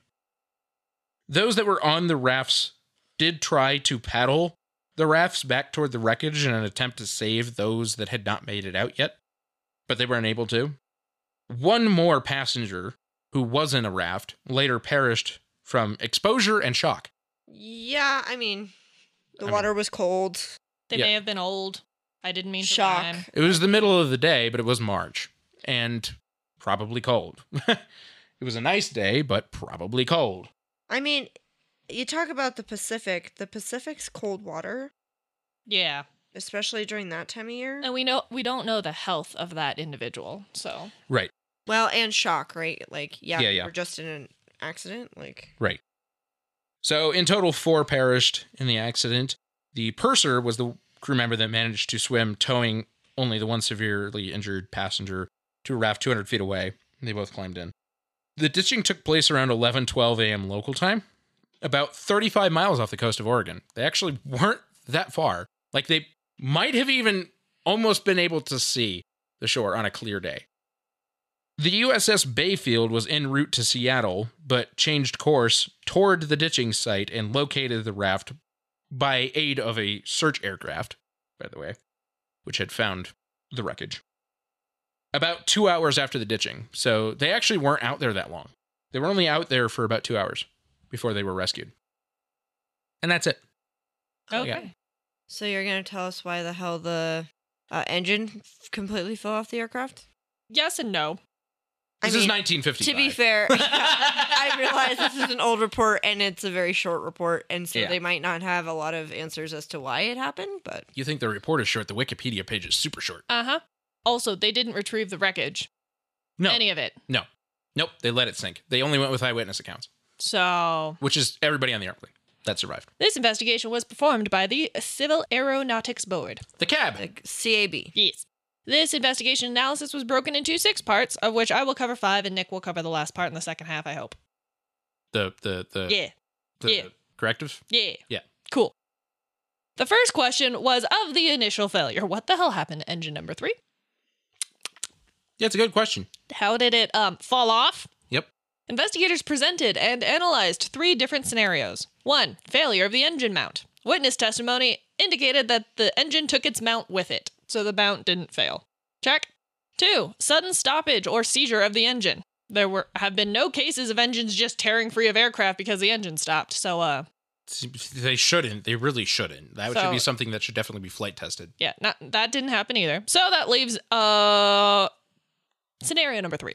Speaker 2: Those that were on the rafts did try to paddle the rafts back toward the wreckage in an attempt to save those that had not made it out yet, but they were unable to. One more passenger who was in a raft later perished from exposure and shock.
Speaker 1: yeah, I mean, the
Speaker 2: I mean-
Speaker 1: water was cold.
Speaker 3: They
Speaker 2: Yeah.
Speaker 3: may have been old. I didn't mean
Speaker 1: Shock.
Speaker 3: to rhyme.
Speaker 2: It was the middle of the day, but it was March and probably cold. it was a nice day, but probably cold.
Speaker 1: I mean, you talk about the Pacific. The Pacific's cold water,
Speaker 3: Yeah.
Speaker 1: especially during that time of year.
Speaker 3: And we know we don't know the health of that individual. So
Speaker 2: Right,
Speaker 1: Well, and shock, right? Like, yeah,
Speaker 2: Yeah, yeah.
Speaker 1: we're just in an accident. Like,
Speaker 2: right. So, in total, four perished in the accident. The purser was the crew member that managed to swim, towing only the one severely injured passenger to a raft 200 feet away. and They both climbed in. The ditching took place around 11, 12 a.m. local time, about 35 miles off the coast of Oregon. They actually weren't that far. Like they might have even almost been able to see the shore on a clear day. The USS Bayfield was en route to Seattle, but changed course toward the ditching site and located the raft by aid of a search aircraft, by the way, which had found the wreckage. About two hours after the ditching, so they actually weren't out there that long. They were only out there for about two hours before they were rescued. And that's it.
Speaker 3: okay.
Speaker 2: yeah.
Speaker 1: so you're gonna tell us why the hell the uh, engine f- completely fell off the aircraft?
Speaker 3: Yes and no.
Speaker 2: This is 1955.
Speaker 1: to be fair, I realize this is an old report and it's a very short report, and so
Speaker 2: Yeah.
Speaker 1: they might not have a lot of answers as to why it happened. But
Speaker 2: You think the report is short? The Wikipedia page is super short.
Speaker 3: Uh huh. Also, they didn't retrieve the wreckage.
Speaker 2: No,
Speaker 3: Any of it.
Speaker 2: no, nope. They let it sink. They only went with eyewitness accounts,
Speaker 3: So
Speaker 2: which is everybody on the airplane that survived.
Speaker 3: this investigation was performed by the Civil Aeronautics Board.
Speaker 2: The cab.
Speaker 1: like CAB,
Speaker 3: Yes. This investigation analysis was broken into six parts, of which I will cover five and Nick will cover the last part in the second half, I hope.
Speaker 2: The the the,
Speaker 3: yeah.
Speaker 2: the
Speaker 3: yeah.
Speaker 2: corrective.
Speaker 3: Yeah.
Speaker 2: Uh, Yeah.
Speaker 3: Cool. The first question was of the initial failure. What the hell happened to engine number three?
Speaker 2: Yeah, it's a good question.
Speaker 3: How did it um fall off?
Speaker 2: Yep.
Speaker 3: Investigators presented and analyzed three different scenarios. One, failure of the engine mount. Witness testimony indicated that the engine took its mount with it, so the mount didn't fail. Check. Two, sudden stoppage or seizure of the engine. There were have been no cases of engines just tearing free of aircraft because the engine stopped. So uh
Speaker 2: They shouldn't. They really shouldn't. That
Speaker 3: So-
Speaker 2: should be something that should definitely be flight tested.
Speaker 3: yeah, not that didn't happen either. So that leaves uh scenario number 3.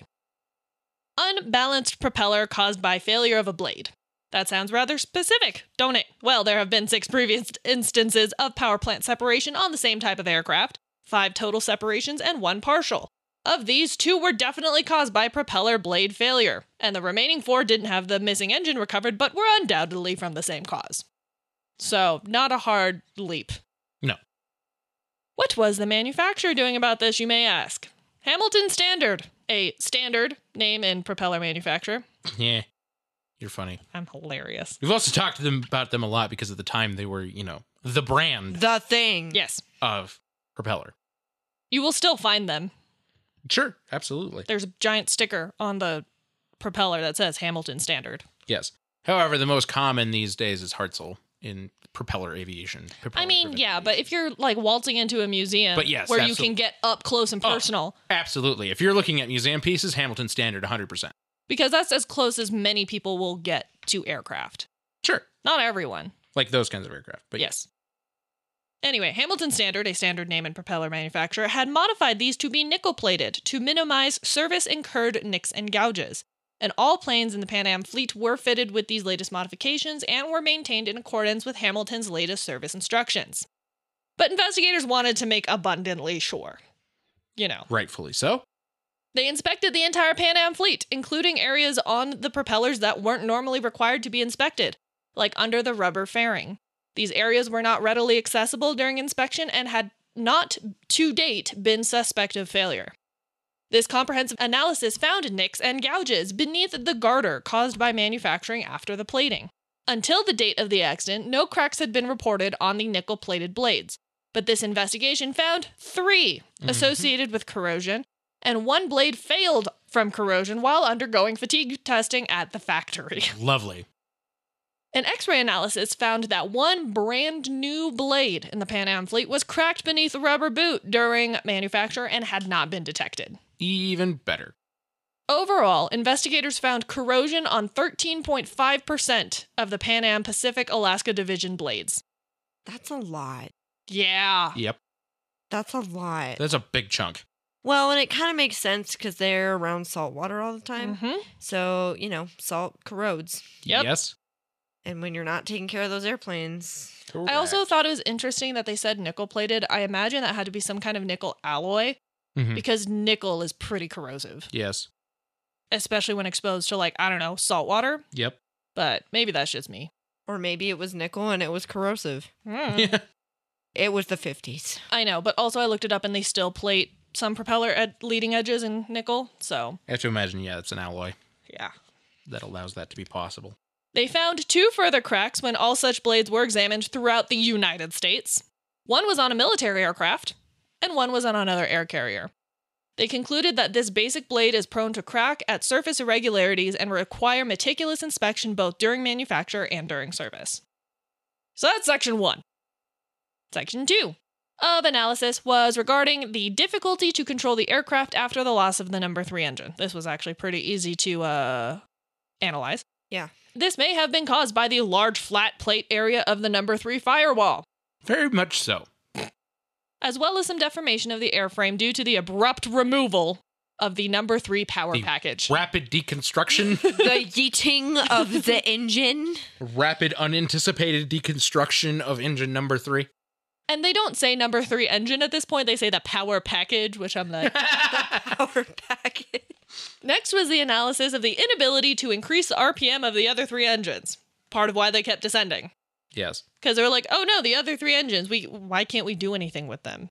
Speaker 3: Unbalanced propeller caused by failure of a blade. That sounds rather specific, don't it? Well, there have been 6 previous instances of power plant separation on the same type of aircraft, 5 total separations and 1 partial. Of these, 2 were definitely caused by propeller blade failure, and the remaining 4 didn't have the missing engine recovered but were undoubtedly from the same cause. So, not a hard leap. What was the manufacturer doing about this, you may ask? Hamilton Standard, a standard name in propeller manufacturer.
Speaker 2: Yeah. You're funny.
Speaker 3: I'm hilarious.
Speaker 2: We've also talked to them about them a lot because of the time they were, you know, the brand
Speaker 1: The thing.
Speaker 3: Yes,
Speaker 2: of propeller.
Speaker 3: you will still find them.
Speaker 2: Sure, absolutely.
Speaker 3: There's a giant sticker on the propeller that says Hamilton Standard.
Speaker 2: Yes. However, the most common these days is Hartzell in propeller aviation.
Speaker 3: I
Speaker 2: propeller
Speaker 3: mean,
Speaker 2: driven
Speaker 3: yeah,
Speaker 2: aviation.
Speaker 3: but if you're like waltzing into a museum
Speaker 2: But yes,
Speaker 3: where you
Speaker 2: absolutely.
Speaker 3: can get up close and
Speaker 2: Oh.
Speaker 3: personal,
Speaker 2: absolutely. If you're looking at museum pieces, Hamilton standard 100%.
Speaker 3: because that's as close as many people will get to aircraft.
Speaker 2: Sure.
Speaker 3: Not everyone.
Speaker 2: Like those kinds of aircraft. But
Speaker 3: yes. Anyway, Hamilton Standard, a standard name and propeller manufacturer, had modified these to be nickel plated to minimize service incurred nicks and gouges. And all planes in the Pan Am fleet were fitted with these latest modifications and were maintained in accordance with Hamilton's latest service instructions. But investigators wanted to make abundantly sure. You know.
Speaker 2: rightfully so.
Speaker 3: They inspected the entire Pan Am fleet, including areas on the propellers that weren't normally required to be inspected, like under the rubber fairing. These areas were not readily accessible during inspection and had not to date been suspect of failure. This comprehensive analysis found nicks and gouges beneath the garter caused by manufacturing after the plating. Until the date of the accident, no cracks had been reported on the nickel plated blades, but this investigation found 3
Speaker 2: Mhm.
Speaker 3: associated with corrosion, and one blade failed from corrosion while undergoing fatigue testing at the factory.
Speaker 2: Lovely.
Speaker 3: An x ray analysis found that one brand new blade in the Pan Am fleet was cracked beneath a rubber boot during manufacture and had not been detected.
Speaker 2: Even better.
Speaker 3: Overall, investigators found corrosion on 13.5% of the Pan Am Pacific Alaska Division blades.
Speaker 1: That's a lot.
Speaker 3: Yeah.
Speaker 2: Yep.
Speaker 1: That's a lot.
Speaker 2: That's a big chunk.
Speaker 1: well, and it kind of makes sense because they're around salt water all the time.
Speaker 3: Mhm.
Speaker 1: So, you know, salt corrodes.
Speaker 3: Yep.
Speaker 2: Yes.
Speaker 1: And when you're not taking care of those airplanes,
Speaker 3: I also thought it was interesting that they said nickel plated. I imagine that had to be some kind of nickel alloy
Speaker 2: Mhm.
Speaker 3: because nickel is pretty corrosive,
Speaker 2: Yes.
Speaker 3: especially when exposed to, like, I don't know, salt water.
Speaker 2: Yep.
Speaker 3: But maybe that's just me.
Speaker 1: or maybe it was nickel and it was corrosive.
Speaker 3: Mm.
Speaker 2: Yeah.
Speaker 1: It was the 50s.
Speaker 3: I know, but also I looked it up and they still plate some propeller ed- leading edges in nickel. So,
Speaker 2: I have to imagine, yeah, it's an alloy
Speaker 3: yeah.
Speaker 2: that allows that to be possible.
Speaker 3: They found two further cracks when all such blades were examined throughout the United States. One was on a military aircraft, and one was on another air carrier. They concluded that this basic blade is prone to crack at surface irregularities and require meticulous inspection both during manufacture and during service. So that's section one. Section two of analysis was regarding the difficulty to control the aircraft after the loss of the number three engine. This was actually pretty easy to uh, analyze.
Speaker 1: Yeah.
Speaker 3: This may have been caused by the large flat plate area of the number three firewall,
Speaker 2: Very much so.
Speaker 3: as well as some deformation of the airframe due to the abrupt removal of the number three power
Speaker 2: The
Speaker 3: package.
Speaker 2: Rapid deconstruction,
Speaker 1: the yeeting of the engine.
Speaker 2: rapid unanticipated deconstruction of engine number three.
Speaker 3: and they don't say number three engine at this point, they say the power package, which I'm like.
Speaker 1: Power package.
Speaker 3: Next was the analysis of the inability to increase the RPM of the other three engines, part of why they kept descending.
Speaker 2: yes.
Speaker 3: Because they were like, oh no, the other three engines, we why can't we do anything with them?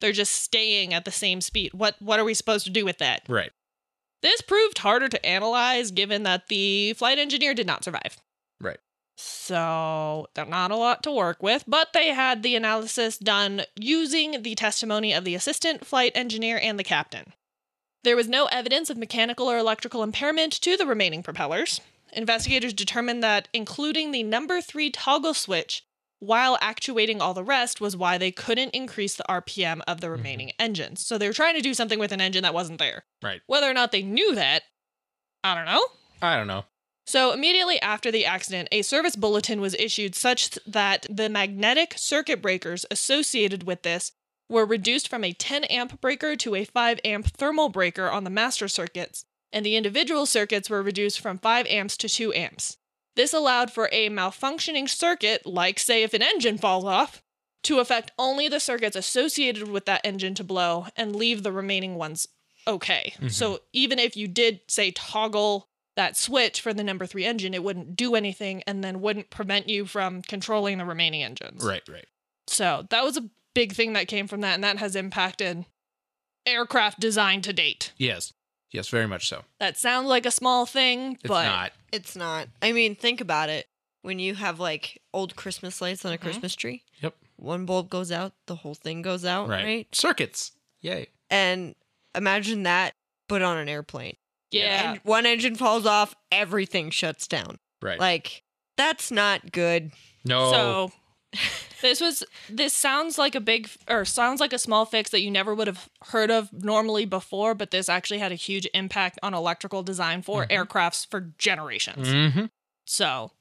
Speaker 3: They're just staying at the same speed. What what are we supposed to do with that?
Speaker 2: Right.
Speaker 3: This proved harder to analyze given that the flight engineer did not survive.
Speaker 2: Right.
Speaker 3: So, they're not a lot to work with, but they had the analysis done using the testimony of the assistant flight engineer and the captain. There was no evidence of mechanical or electrical impairment to the remaining propellers. Investigators determined that including the number three toggle switch while actuating all the rest was why they couldn't increase the RPM of the remaining engines. So they were trying to do something with an engine that wasn't there.
Speaker 2: Right.
Speaker 3: Whether or not they knew that, I don't know.
Speaker 2: I don't know.
Speaker 3: So, immediately after the accident, a service bulletin was issued such that the magnetic circuit breakers associated with this were reduced from a 10 amp breaker to a 5 amp thermal breaker on the master circuits, and the individual circuits were reduced from 5 amps to 2 amps. This allowed for a malfunctioning circuit, like, say, if an engine falls off, to affect only the circuits associated with that engine to blow and leave the remaining ones okay.
Speaker 2: Mhm.
Speaker 3: So, even if you did, say, toggle that switch for the number three engine, it wouldn't do anything and then wouldn't prevent you from controlling the remaining engines.
Speaker 2: Right, right.
Speaker 3: So that was a big thing that came from that, and that has impacted aircraft design to date.
Speaker 2: Yes. Yes, very much so.
Speaker 3: That sounds like a small thing,
Speaker 2: It's
Speaker 3: but
Speaker 2: not.
Speaker 1: It's not. I mean, think about it. When you have like old Christmas lights on a
Speaker 3: Mhm.
Speaker 1: Christmas tree,
Speaker 2: Yep.
Speaker 1: one bulb goes out, the whole thing goes
Speaker 3: Oh,
Speaker 1: out,
Speaker 2: Right.
Speaker 1: right?
Speaker 2: Circuits. Yay.
Speaker 1: And imagine that, but on an airplane.
Speaker 3: yeah,
Speaker 1: And one engine falls off, everything shuts down.
Speaker 2: Right.
Speaker 1: Like, that's not good.
Speaker 2: no.
Speaker 3: So this was this sounds like a big or sounds like a small fix that you never would have heard of normally before, but this actually had a huge impact on electrical design for
Speaker 2: Mhm.
Speaker 3: aircrafts for generations.
Speaker 2: hmm
Speaker 3: So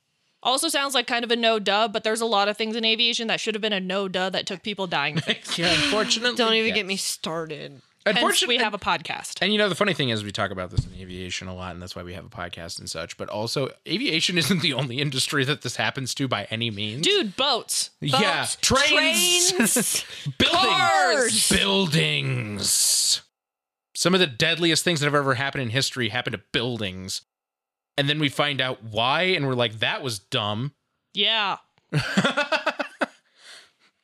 Speaker 3: also sounds like kind of a no duh, but there's a lot of things in aviation that should have been a no duh that took people dying to fix.
Speaker 2: Yeah, unfortunately.
Speaker 1: Don't even get me
Speaker 2: yes.
Speaker 1: started.
Speaker 3: Hence,
Speaker 2: Unfortunately,
Speaker 3: we have a podcast.
Speaker 2: And you know, the funny thing is, we talk about this in aviation a lot, and that's why we have a podcast and such. But also, aviation isn't the only industry that this happens to by any means.
Speaker 3: Dude, boats.
Speaker 2: yeah,
Speaker 1: Boats,
Speaker 2: trains,
Speaker 1: trains,
Speaker 2: buildings,
Speaker 1: cars.
Speaker 2: buildings. Some of the deadliest things that have ever happened in history happened to buildings, and then we find out why, and we're like, "That was dumb."
Speaker 3: Yeah.
Speaker 2: right,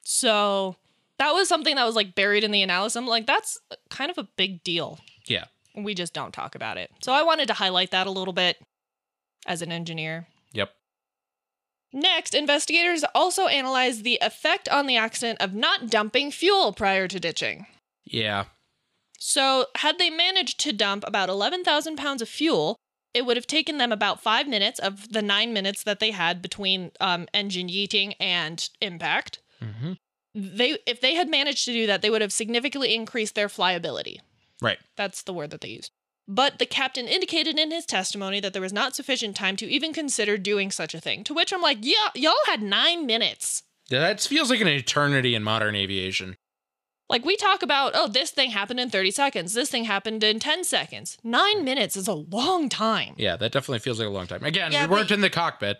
Speaker 3: So that was something that was like buried in the analysis. I'm like, that's kind of a big deal.
Speaker 2: Yeah.
Speaker 3: We just don't talk about it. So I wanted to highlight that a little bit as an engineer.
Speaker 2: Yep.
Speaker 3: Next, investigators also analyzed the effect on the accident of not dumping fuel prior to ditching.
Speaker 2: yeah,
Speaker 3: So, had they managed to dump about 11,000 pounds of fuel, it would have taken them about five minutes of the nine minutes that they had between um, engine yeeting and impact.
Speaker 2: hmm
Speaker 3: They, if they had managed to do that, they would have significantly increased their flyability.
Speaker 2: right,
Speaker 3: That's the word that they used. But the captain indicated in his testimony that there was not sufficient time to even consider doing such a thing. To which I'm like, yeah, y'all had nine minutes.
Speaker 2: Yeah, that feels like an eternity in modern aviation.
Speaker 3: Like we talk about, oh, this thing happened in 30 seconds. This thing happened in 10 seconds. Nine minutes is a long time.
Speaker 2: Yeah, that definitely feels like a long time. Again,
Speaker 1: Yeah,
Speaker 2: we weren't
Speaker 1: but-
Speaker 2: in the cockpit.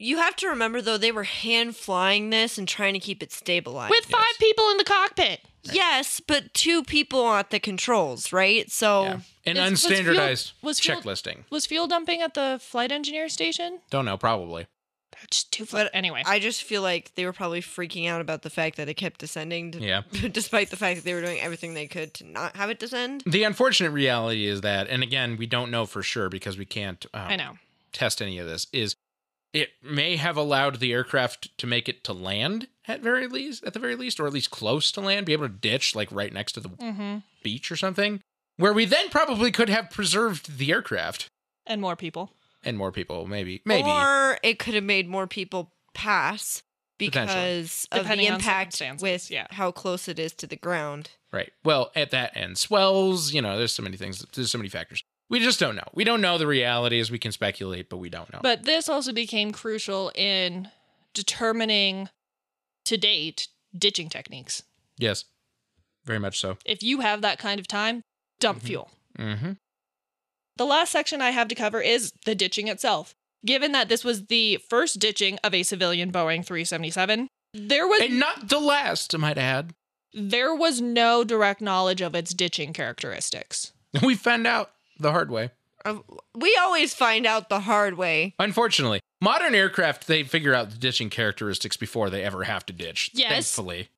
Speaker 1: You have to remember, though, they were hand flying this and trying to keep it stabilized.
Speaker 3: With five
Speaker 2: Yes.
Speaker 3: people in the cockpit.
Speaker 1: yes, but two people at the controls, right? So,
Speaker 2: Yeah. An
Speaker 3: Is- was fuel-
Speaker 2: unstandardized
Speaker 3: was fuel-
Speaker 2: checklisting.
Speaker 3: Was fuel dumping at the flight engineer station?
Speaker 2: Don't know, probably.
Speaker 3: They're just too fl- Anyway.
Speaker 1: I just feel like they were probably freaking out about the fact that it kept descending, d-
Speaker 2: Yeah.
Speaker 1: despite the fact that they were doing everything they could to not have it descend.
Speaker 2: The unfortunate reality is that, and again, we don't know for sure because we can't um,
Speaker 3: I know.
Speaker 2: test any of this, is it may have allowed the aircraft to make it to land at very least, at the very least, or at least close to land, be able to ditch like right next to the
Speaker 3: Mm-hmm.
Speaker 2: beach or something, where we then probably could have preserved the aircraft
Speaker 3: And more people.
Speaker 2: and more people, maybe, maybe.
Speaker 1: Or it could have made more people pass because of the
Speaker 3: Depending on
Speaker 1: impact
Speaker 3: circumstances,
Speaker 1: with
Speaker 3: yeah.
Speaker 1: how close it is to the ground.
Speaker 2: Right. Well, at that end, swells, you know, there's so many things, there's so many factors. We just don't know. We don't know the realities. We can speculate, but we don't know.
Speaker 3: But this also became crucial in determining to date ditching techniques.
Speaker 2: yes, very much so.
Speaker 3: If you have that kind of time, dump
Speaker 2: Mhm.
Speaker 3: fuel.
Speaker 2: Mm-hmm.
Speaker 3: The last section I have to cover is the ditching itself. Given that this was the first ditching of a civilian Boeing 377, there was
Speaker 2: And not the last, I might add.
Speaker 3: there was no direct knowledge of its ditching characteristics.
Speaker 2: We found out the hard way.
Speaker 1: Uh, We always find out the hard way.
Speaker 2: Unfortunately, modern aircraft, they figure out the ditching characteristics before they ever have to ditch.
Speaker 3: Yes.
Speaker 2: Thankfully.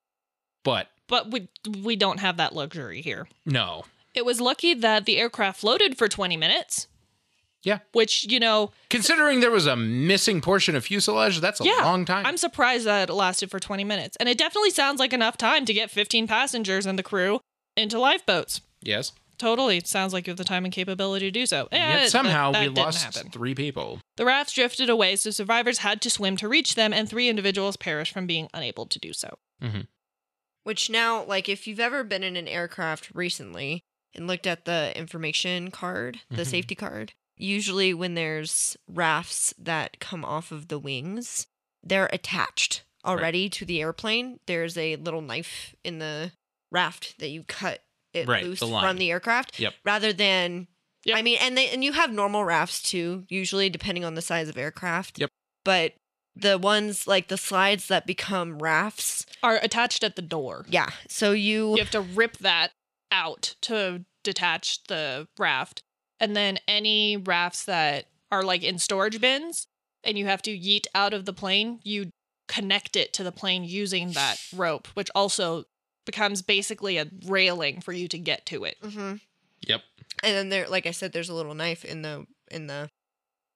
Speaker 2: But
Speaker 3: But we we don't have that luxury here.
Speaker 2: no.
Speaker 3: It was lucky that the aircraft floated for 20 minutes.
Speaker 2: Yeah.
Speaker 3: Which, you know,
Speaker 2: Considering there was a missing portion of fuselage, that's a
Speaker 3: Yeah,
Speaker 2: long time.
Speaker 3: I'm surprised that it lasted for 20 minutes. And it definitely sounds like enough time to get 15 passengers and the crew into lifeboats.
Speaker 2: yes.
Speaker 3: Totally. Sounds like you have the time and capability to do so. Eh,
Speaker 2: Yet
Speaker 3: that-
Speaker 2: somehow
Speaker 3: that
Speaker 2: we
Speaker 3: didn't
Speaker 2: lost
Speaker 3: happen.
Speaker 2: three people.
Speaker 3: The rafts drifted away, so survivors had to swim to reach them, and three individuals perished from being unable to do so.
Speaker 1: Which now, like, if you've ever been in an aircraft recently and looked at the information card, the
Speaker 2: Mhm.
Speaker 1: safety card, usually when there's rafts that come off of the wings, they're attached already to the airplane. There's a little knife in the raft that you cut it
Speaker 2: Right,
Speaker 1: loose
Speaker 2: the
Speaker 1: from
Speaker 2: line.
Speaker 1: the aircraft.
Speaker 2: Yep.
Speaker 1: Rather than,
Speaker 3: Yep.
Speaker 1: I mean, and they and you have normal rafts too, usually depending on the size of aircraft.
Speaker 2: Yep.
Speaker 1: But the ones like the slides that become rafts,
Speaker 3: Are attached at the door.
Speaker 1: yeah. So you
Speaker 3: You have to rip that out to detach the raft. And then any rafts that are like in storage bins and you have to yeet out of the plane, you connect it to the plane using that rope, which also becomes basically a railing for you to get to it.
Speaker 1: Mm-hmm.
Speaker 2: Yep.
Speaker 1: And then there, like I said, there's a little knife in the in the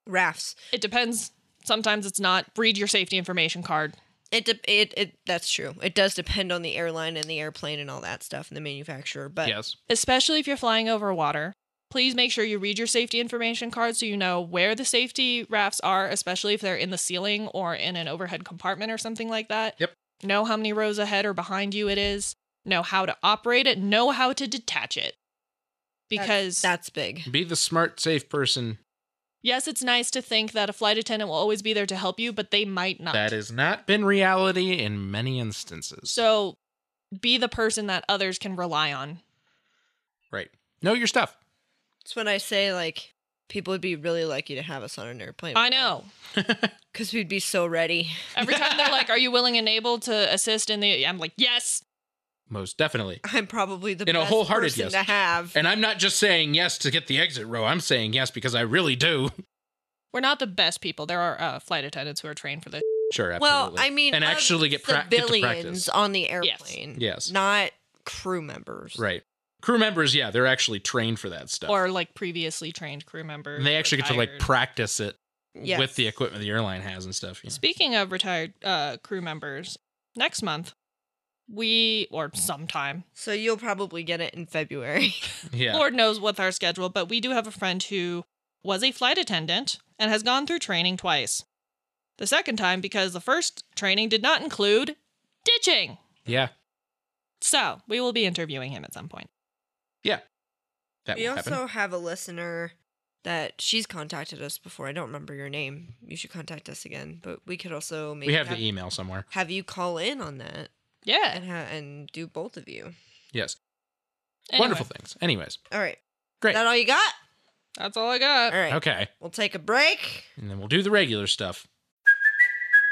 Speaker 1: rafts.
Speaker 3: It depends. Sometimes it's not. Read your safety information card.
Speaker 1: It de- it it that's true. It does depend on the airline and the airplane and all that stuff and the manufacturer. But
Speaker 2: yes.
Speaker 3: especially if you're flying over water. Please make sure you read your safety information card so you know where the safety rafts are, especially if they're in the ceiling or in an overhead compartment or something like that.
Speaker 2: Yep.
Speaker 3: Know how many rows ahead or behind you it is, know how to operate it, know how to detach it.
Speaker 1: that's-
Speaker 3: Because
Speaker 1: that's big.
Speaker 2: Be the smart, safe person.
Speaker 3: yes, it's nice to think that a flight attendant will always be there to help you, but they might not.
Speaker 2: That has not been reality in many instances.
Speaker 3: so be the person that others can rely on.
Speaker 2: right. Know your stuff.
Speaker 1: That's when I say like people would be really lucky to have us on an airplane.
Speaker 3: I know.
Speaker 1: because we'd be so ready.
Speaker 3: Every time they're like, Are you willing and able to assist in the I'm like, Yes.
Speaker 2: Most definitely.
Speaker 1: I'm probably the
Speaker 2: In a
Speaker 1: best
Speaker 2: wholehearted
Speaker 1: person
Speaker 2: yes.
Speaker 1: to have.
Speaker 2: And I'm not just saying yes to get the exit row. I'm saying yes because I really do.
Speaker 3: We're not the best people. There are uh, flight attendants who are trained for this.
Speaker 2: Sure,
Speaker 1: well,
Speaker 2: absolutely.
Speaker 1: I mean,
Speaker 2: and
Speaker 1: of
Speaker 2: actually get, pra- get to
Speaker 1: civilians
Speaker 2: practice.
Speaker 1: on the airplane.
Speaker 2: Yes.
Speaker 1: Not crew members.
Speaker 2: Right. Crew members, yeah, they're actually trained for that stuff.
Speaker 3: Or like previously trained crew members.
Speaker 2: and they actually get to like
Speaker 3: retired.
Speaker 2: practice it
Speaker 1: Yes.
Speaker 2: with the equipment the airline has and stuff. You know.
Speaker 3: Speaking of retired uh, crew members, next month we or sometime,
Speaker 1: So you'll probably get it in February.
Speaker 2: Yeah.
Speaker 3: Lord knows what's our schedule, but we do have a friend who was a flight attendant and has gone through training twice. The second time because the first training did not include ditching.
Speaker 2: yeah.
Speaker 3: So we will be interviewing him at some point.
Speaker 2: That
Speaker 1: we
Speaker 2: will
Speaker 1: also
Speaker 2: happen.
Speaker 1: have a listener that she's contacted us before. I don't remember your name. You should contact us again. But we could also maybe
Speaker 2: We have
Speaker 1: have,
Speaker 2: the email somewhere.
Speaker 1: have you call in on that
Speaker 3: Yeah.
Speaker 1: and ha- and do both of you.
Speaker 2: Yes.
Speaker 3: Anyway,
Speaker 2: Wonderful things. Anyways,
Speaker 1: All right.
Speaker 2: Great.
Speaker 1: That all you got?
Speaker 3: That's all I got.
Speaker 1: All right.
Speaker 2: okay.
Speaker 1: We'll take a break.
Speaker 2: And then we'll do the regular stuff.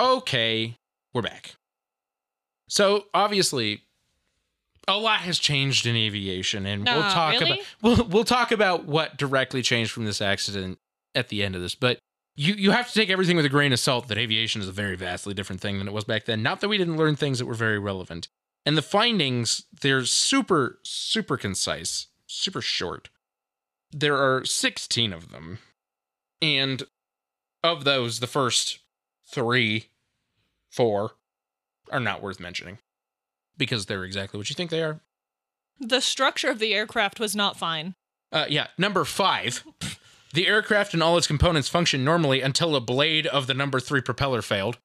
Speaker 2: Okay, we're back. So obviously, a lot has changed in aviation, and we'll
Speaker 3: Nah,
Speaker 2: talk
Speaker 3: really?
Speaker 2: about we'll we'll talk about what directly changed from this accident at the end of this. But you you have to take everything with a grain of salt. That aviation is a very vastly different thing than it was back then. Not that we didn't learn things that were very relevant, and the findings they're super super concise, super short. There are sixteen of them, and of those, the first three, four are not worth mentioning because they're exactly what you think they are.
Speaker 3: The structure of the aircraft was not fine.
Speaker 2: Uh, yeah, number five. The aircraft and all its components function normally until a blade of the number three propeller failed.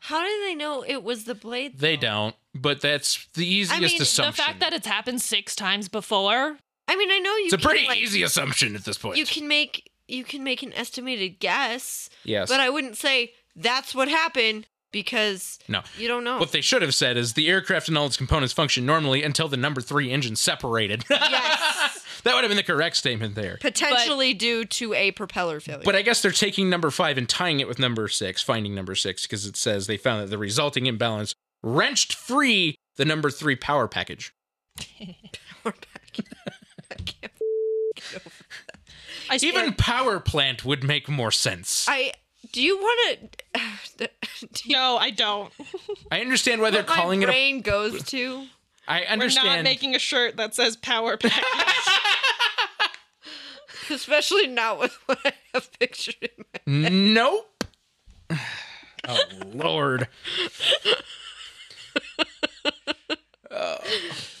Speaker 1: How do they know it was the blade?
Speaker 2: They
Speaker 1: though?
Speaker 2: don't, but that's the easiest
Speaker 1: Oh. mean, the
Speaker 2: assumption.
Speaker 3: The fact that it's happened six times before,
Speaker 1: I mean, I know you.
Speaker 2: it's a
Speaker 1: can,
Speaker 2: pretty
Speaker 1: like-
Speaker 2: easy assumption at this point.
Speaker 1: You can make you can make an estimated guess,
Speaker 2: yes,
Speaker 1: but I wouldn't say that's what happened because
Speaker 2: no.
Speaker 1: you don't know.
Speaker 2: What they should have said is the aircraft and all its components function normally until the number three engine separated.
Speaker 1: Yes.
Speaker 2: that would have been the correct statement there.
Speaker 1: Potentially due to a propeller failure.
Speaker 2: But I guess they're taking number five and tying it with number six, finding number six, because it says they found that the resulting imbalance wrenched free the number three power package.
Speaker 1: We're back. I can't
Speaker 3: I swear-
Speaker 2: Even power plant would make more sense. I,
Speaker 1: I do you want to?
Speaker 3: no, I don't.
Speaker 2: understand why they're
Speaker 1: My
Speaker 2: calling it. A,
Speaker 1: brain goes to.
Speaker 2: I
Speaker 3: We're not
Speaker 2: understand.
Speaker 3: making a shirt that says power pack.
Speaker 1: Especially not with what I have pictured in my
Speaker 2: nope. oh Lord.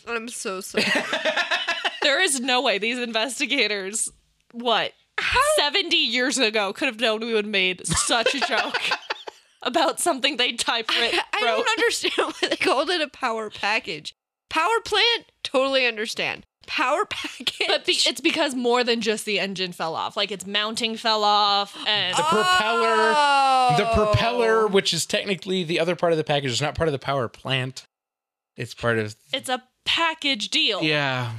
Speaker 1: I'm so sorry.
Speaker 3: there is no way these investigators, what, 70 years ago, could have known we would have made such a joke about something they typewritten.
Speaker 1: I
Speaker 3: wrote.
Speaker 1: don't understand why they called it a power package. Power plant, totally understand. Power package.
Speaker 3: But be- it's because more than just the engine fell off. Like its mounting fell off, and
Speaker 2: The propeller.
Speaker 1: Oh.
Speaker 2: The propeller, which is technically the other part of the package, is not part of the power plant. It's part of
Speaker 3: it's a package deal.
Speaker 2: yeah.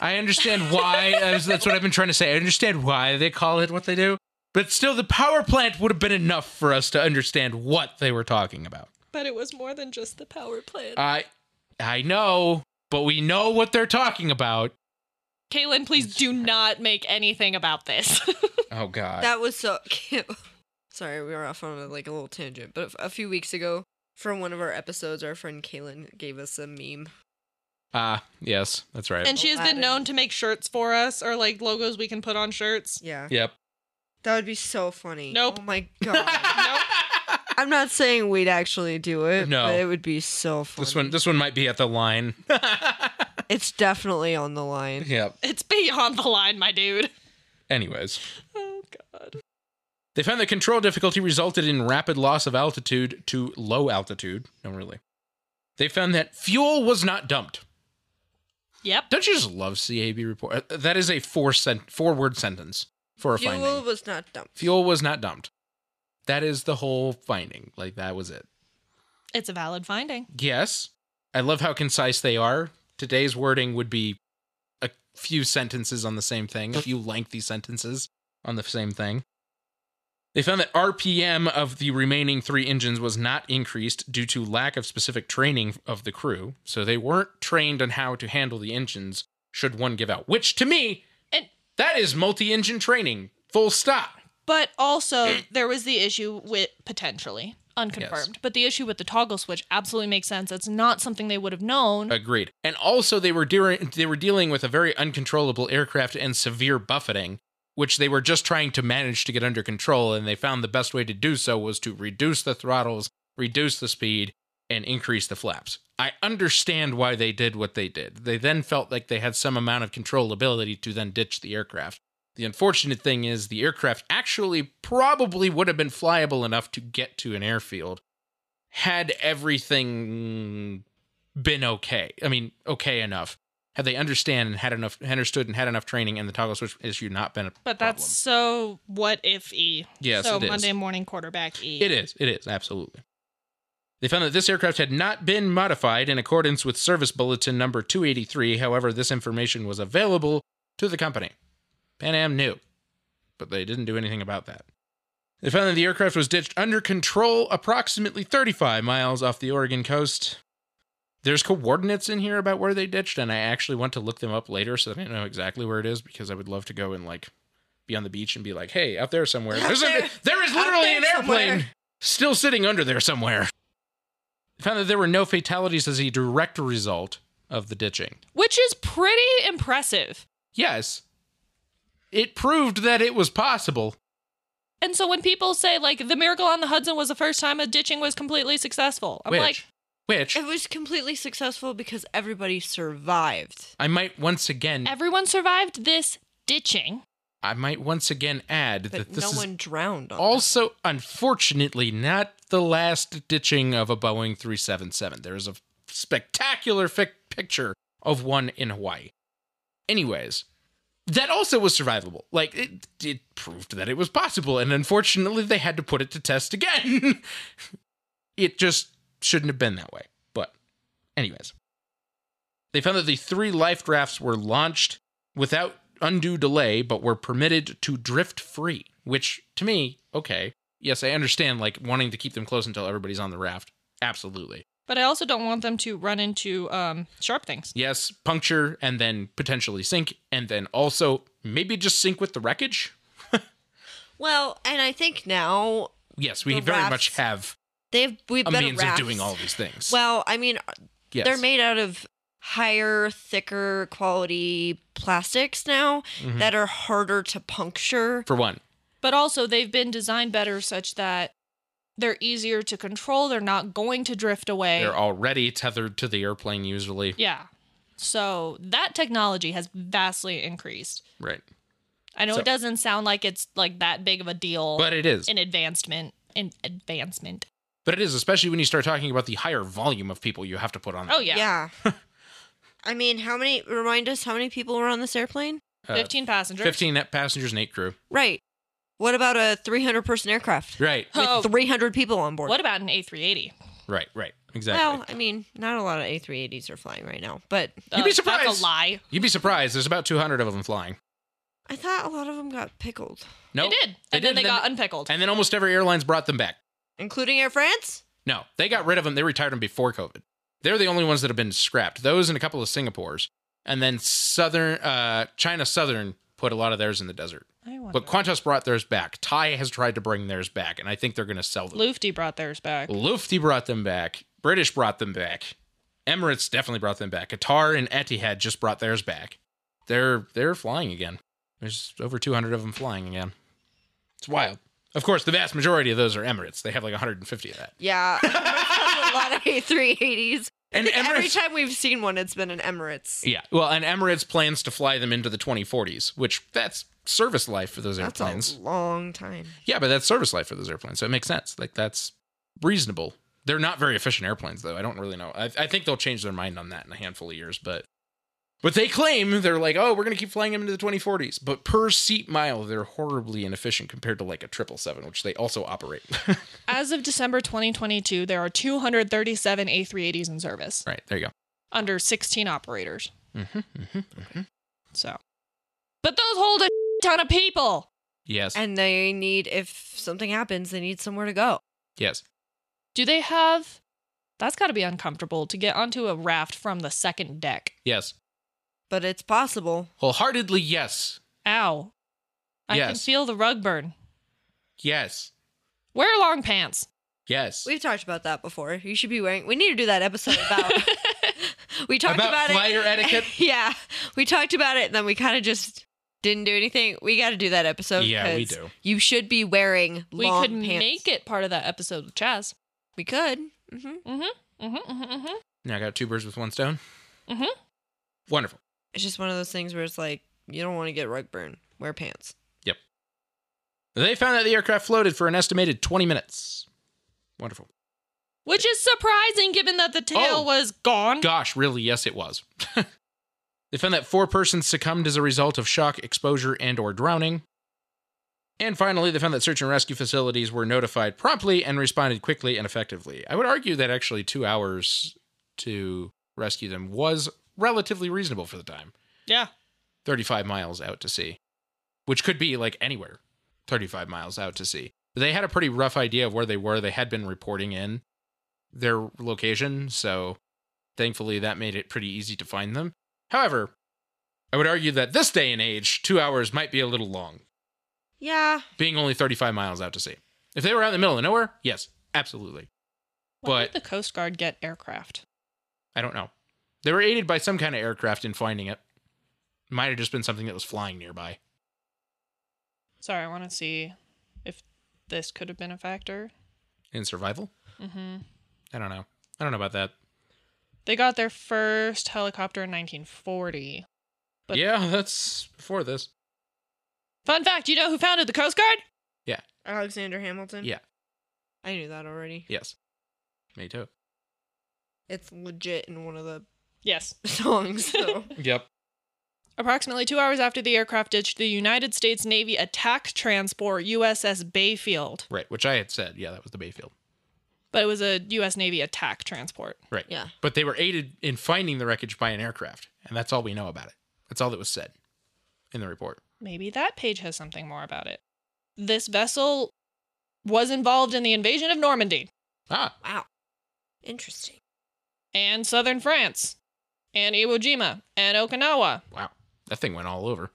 Speaker 2: I understand why. as- That's what I've been trying to say. I understand why they call it what they do, but still, the power plant would have been enough for us to understand what they were talking about.
Speaker 3: But it was more than just the power plant.
Speaker 2: I, I know, but we know what they're talking about.
Speaker 3: Kaylin, please do not make anything about this.
Speaker 2: Oh God.
Speaker 1: That was so. Sorry, we were off on a, like a little tangent. But a few weeks ago, from one of our episodes, our friend Kaylin gave us a meme.
Speaker 2: Ah, yes, that's right.
Speaker 3: and she has been
Speaker 1: Aladdin.
Speaker 3: known to make shirts for us or like logos we can put on shirts.
Speaker 1: Yeah,
Speaker 2: yep.
Speaker 1: that would be so funny.
Speaker 3: Nope.
Speaker 1: Oh my god.
Speaker 3: Nope.
Speaker 1: I'm not saying we'd actually do it.
Speaker 2: No.
Speaker 1: but it would be so funny.
Speaker 2: This one, this one might be at the line.
Speaker 1: It's definitely on the line.
Speaker 2: yep.
Speaker 3: It's beyond the line, my dude.
Speaker 2: Anyways.
Speaker 3: Oh, God.
Speaker 2: They found that control difficulty resulted in rapid loss of altitude to low altitude. No, really. They found that fuel was not dumped.
Speaker 3: Yep.
Speaker 2: Don't you just love CAB report? uh, That is a four cent four word sentence for a
Speaker 1: Fuel
Speaker 2: finding.
Speaker 1: was not dumped.
Speaker 2: Fuel was not dumped. That is the whole finding. Like that was it.
Speaker 3: It's a valid finding.
Speaker 2: Yes. I love how concise they are. Today's wording would be a few sentences on the same thing, a few lengthy sentences on the same thing. They found that RPM of the remaining three engines was not increased due to lack of specific training of the crew, so they weren't trained on how to handle the engines should one give out, which to me,
Speaker 3: And
Speaker 2: that is multi engine training, full stop.
Speaker 3: But also, there was the issue with potentially unconfirmed, but the issue with the toggle switch absolutely makes sense. It's not something they would have known.
Speaker 2: Agreed. And also, they were dealing they were dealing with a very uncontrollable aircraft and severe buffeting, which they were just trying to manage to get under control. And they found the best way to do so was to reduce the throttles, reduce the speed, and increase the flaps. I understand why they did what they did. They then felt like they had some amount of controllability to then ditch the aircraft. The unfortunate thing is, the aircraft actually probably would have been flyable enough to get to an airfield had everything been okay. I mean, okay enough. Had they understand and had enough understood and had enough training, and the toggle switch issue not been a problem.
Speaker 3: but that's so what if E.
Speaker 2: Yes,
Speaker 3: so
Speaker 2: it is.
Speaker 3: Monday morning quarterback E.
Speaker 2: It is. It is. Absolutely. They found that this aircraft had not been modified in accordance with service bulletin number 283. However, this information was available to the company. Pan Am knew, but they didn't do anything about that. They found that the aircraft was ditched under control approximately 35 miles off the Oregon coast. There's coordinates in here about where they ditched, and I actually want to look them up later so that I know exactly where it is because I would love to go and like be on the beach and be like, hey, out there somewhere.
Speaker 1: Out
Speaker 2: There's a-
Speaker 1: there-
Speaker 2: there is
Speaker 1: out
Speaker 2: literally
Speaker 1: there
Speaker 2: an airplane
Speaker 1: somewhere."
Speaker 2: still sitting under there somewhere. They found that there were no fatalities as a direct result of the ditching.
Speaker 3: Which is pretty impressive.
Speaker 2: Yes, it proved that it was possible.
Speaker 3: And so when people say, like, the miracle on the Hudson was the first time a ditching was completely successful, I'm
Speaker 2: which,
Speaker 3: like,
Speaker 2: which
Speaker 1: It was completely successful because everybody survived.
Speaker 2: I might once again,
Speaker 3: everyone survived this ditching.
Speaker 2: I might once again add
Speaker 1: But
Speaker 2: that this
Speaker 1: no
Speaker 2: is
Speaker 1: one drowned on it.
Speaker 2: also unfortunately not the last ditching of a Boeing 377. There is a spectacular fic- picture of one in Hawaii. Anyways, that also was survivable. Like it, it proved that it was possible, and unfortunately they had to put it to test again. it just shouldn't have been that way. But anyways, they found that the three life rafts were launched without undue delay, but were permitted to drift free, which to me, okay. Yes, I understand like wanting to keep them close until everybody's on the raft. Absolutely.
Speaker 3: But I also don't want them to run into um, sharp things.
Speaker 2: Yes, puncture and then potentially sink, and then also maybe just sink with the wreckage.
Speaker 1: Well, and I think now
Speaker 2: Yes, we
Speaker 1: The
Speaker 2: very much
Speaker 1: rafts.
Speaker 2: have
Speaker 1: they have we
Speaker 2: a
Speaker 1: better
Speaker 2: means
Speaker 1: rafts.
Speaker 2: of doing all these things.
Speaker 1: Well, I mean,
Speaker 2: yes.
Speaker 1: they're made out of higher, thicker quality plastics now
Speaker 2: Mm-hmm.
Speaker 1: that are harder to puncture.
Speaker 2: for one.
Speaker 3: But also, they've been designed better such that they're easier to control. They're not going to drift away.
Speaker 2: They're already tethered to the airplane usually.
Speaker 3: yeah. So that technology has vastly increased.
Speaker 2: Right.
Speaker 3: I know
Speaker 2: So-
Speaker 3: it doesn't sound like it's like that big of a deal.
Speaker 2: But it is.
Speaker 3: an advancement. An advancement.
Speaker 2: But it is, especially when you start talking about the higher volume of people you have to put on.
Speaker 3: Oh yeah.
Speaker 1: I mean, how many? Remind us how many people were on this airplane?
Speaker 2: Uh,
Speaker 3: Fifteen passengers.
Speaker 2: 15 net passengers and 8 crew.
Speaker 1: Right. What about a 300 person aircraft?
Speaker 2: Right.
Speaker 3: Oh,
Speaker 1: 300 people on board.
Speaker 3: what about an A three eighty?
Speaker 2: Right, right. Exactly.
Speaker 1: well, I mean, not a lot of A380s are flying right now, but
Speaker 2: You'd be surprised.
Speaker 3: Uh, That's a lie.
Speaker 2: You'd be surprised. There's about 200 of them flying.
Speaker 1: I thought a lot of them got pickled,
Speaker 2: No.
Speaker 3: They did, and then they got unpickled.
Speaker 2: And then almost every airline's brought them back.
Speaker 1: including Air France.
Speaker 2: No, they got rid of them. They retired them before COVID. They're the only ones that have been scrapped. Those and a couple of Singapore's. And then Southern uh, China Southern put a lot of theirs in the desert.
Speaker 3: I wonder.
Speaker 2: But Qantas brought theirs back. Thai has tried to bring theirs back, and I think they're going to sell them.
Speaker 3: Lufty brought theirs back.
Speaker 2: Lufty brought them back. British brought them back. Emirates definitely brought them back. Qatar and Etihad just brought theirs back. They're they're flying again. There's over 200 of them flying again. It's wild. Of course, the vast majority of those are Emirates. They have like 150 of that.
Speaker 1: Yeah, Emirates has a lot of A380s.
Speaker 2: And
Speaker 1: Every
Speaker 2: Emirates,
Speaker 1: time we've seen one, it's been an Emirates.
Speaker 2: yeah. Well, and Emirates plans to fly them into the 2040s, which that's service life for those
Speaker 1: That's
Speaker 2: airplanes.
Speaker 1: a long time.
Speaker 2: Yeah, but that's service life for those airplanes, so it makes sense. Like that's reasonable. They're not very efficient airplanes, though. I don't really know. I, I think they'll change their mind on that in a handful of years, but but they claim they're like, oh, we're gonna keep flying them into the 2040s. But per seat mile, they're horribly inefficient compared to like a triple seven, which they also operate.
Speaker 3: As of December 2022, there are 237 A380s in service
Speaker 2: right there you go.
Speaker 3: under 16 operators.
Speaker 2: Mm-hmm, mm-hmm.
Speaker 3: So, but those hold a ton of people.
Speaker 2: Yes,
Speaker 1: And they need, if something happens, they need somewhere to go.
Speaker 2: yes.
Speaker 3: Do they have? That's got to be uncomfortable to get onto a raft from the second deck.
Speaker 2: Yes.
Speaker 1: But it's possible.
Speaker 2: Wholeheartedly, yes.
Speaker 3: Ow! I can
Speaker 2: Yes.
Speaker 3: feel the rug burn.
Speaker 2: Yes.
Speaker 3: Wear long pants.
Speaker 2: Yes.
Speaker 1: We've talked about that before. You should be wearing. We need to do that episode about. we talked
Speaker 2: About
Speaker 1: about, it.
Speaker 2: flyer etiquette?
Speaker 1: yeah, we talked about it, and then we kind of just didn't do anything. We got to do that episode.
Speaker 2: Yeah, we
Speaker 1: 'cause
Speaker 2: do.
Speaker 1: You should be wearing.
Speaker 3: We
Speaker 1: long
Speaker 3: could
Speaker 1: pants.
Speaker 3: make it part of that episode with Chaz.
Speaker 1: We could. hmm
Speaker 3: Mm-hmm. Mm-hmm. Mm-hmm. mm-hmm.
Speaker 2: Now I got two birds with one stone.
Speaker 1: Mm-hmm.
Speaker 3: Mhm.
Speaker 2: Wonderful.
Speaker 1: It's just one of those things where it's like you don't want to get rug burn. Wear pants.
Speaker 2: They found that the aircraft floated for an estimated 20 minutes. Wonderful.
Speaker 3: Which is surprising, given that the tail
Speaker 2: Oh.
Speaker 3: was gone.
Speaker 2: Gosh, really? Yes, it was. they found that four persons succumbed as a result of shock, exposure, and/or drowning. And finally, they found that search and rescue facilities were notified promptly and responded quickly and effectively. I would argue that actually two hours to rescue them was relatively reasonable for the time.
Speaker 3: Yeah.
Speaker 2: 35 miles out to sea, which could be like anywhere 35 miles out to sea. They had a pretty rough idea of where they were. They had been reporting in their location, so thankfully that made it pretty easy to find them. However, I would argue that this day and age, two hours might be a little long,
Speaker 1: Yeah.
Speaker 2: being only 35 miles out to sea. If they were out in the middle of nowhere, yes, absolutely.
Speaker 3: Why
Speaker 2: But-
Speaker 3: did the Coast Guard get aircraft?
Speaker 2: I don't know. They were aided by some kind of aircraft in finding it. Might have just been something that was flying nearby.
Speaker 3: Sorry, I want to see if this could have been a factor.
Speaker 2: In survival?
Speaker 3: Mm-hmm.
Speaker 2: I don't know. I don't know about that.
Speaker 3: They got their first helicopter in 1940. But-
Speaker 2: yeah, that's before this.
Speaker 3: Fun fact: You know who founded the Coast Guard?
Speaker 1: Alexander Hamilton.
Speaker 2: Yeah.
Speaker 1: I knew that already.
Speaker 2: Yes. Me too.
Speaker 1: It's legit in one of the
Speaker 3: Yes.
Speaker 1: songs. So.
Speaker 2: Yep.
Speaker 3: Approximately two hours after the aircraft ditched, the United States Navy attack transport USS Bayfield,
Speaker 2: Right, which I had said. Yeah, that was the Bayfield.
Speaker 3: but it was a U.S. Navy attack transport.
Speaker 2: Right.
Speaker 1: Yeah.
Speaker 2: But they were aided in finding the wreckage by an aircraft, and that's all we know about it. That's all that was said in the report.
Speaker 3: Maybe that page has something more about it. This vessel was involved in the invasion of Normandy.
Speaker 2: Ah,
Speaker 1: wow. Interesting.
Speaker 3: and southern France, and Iwo Jima, and Okinawa.
Speaker 2: Wow, that thing went all over.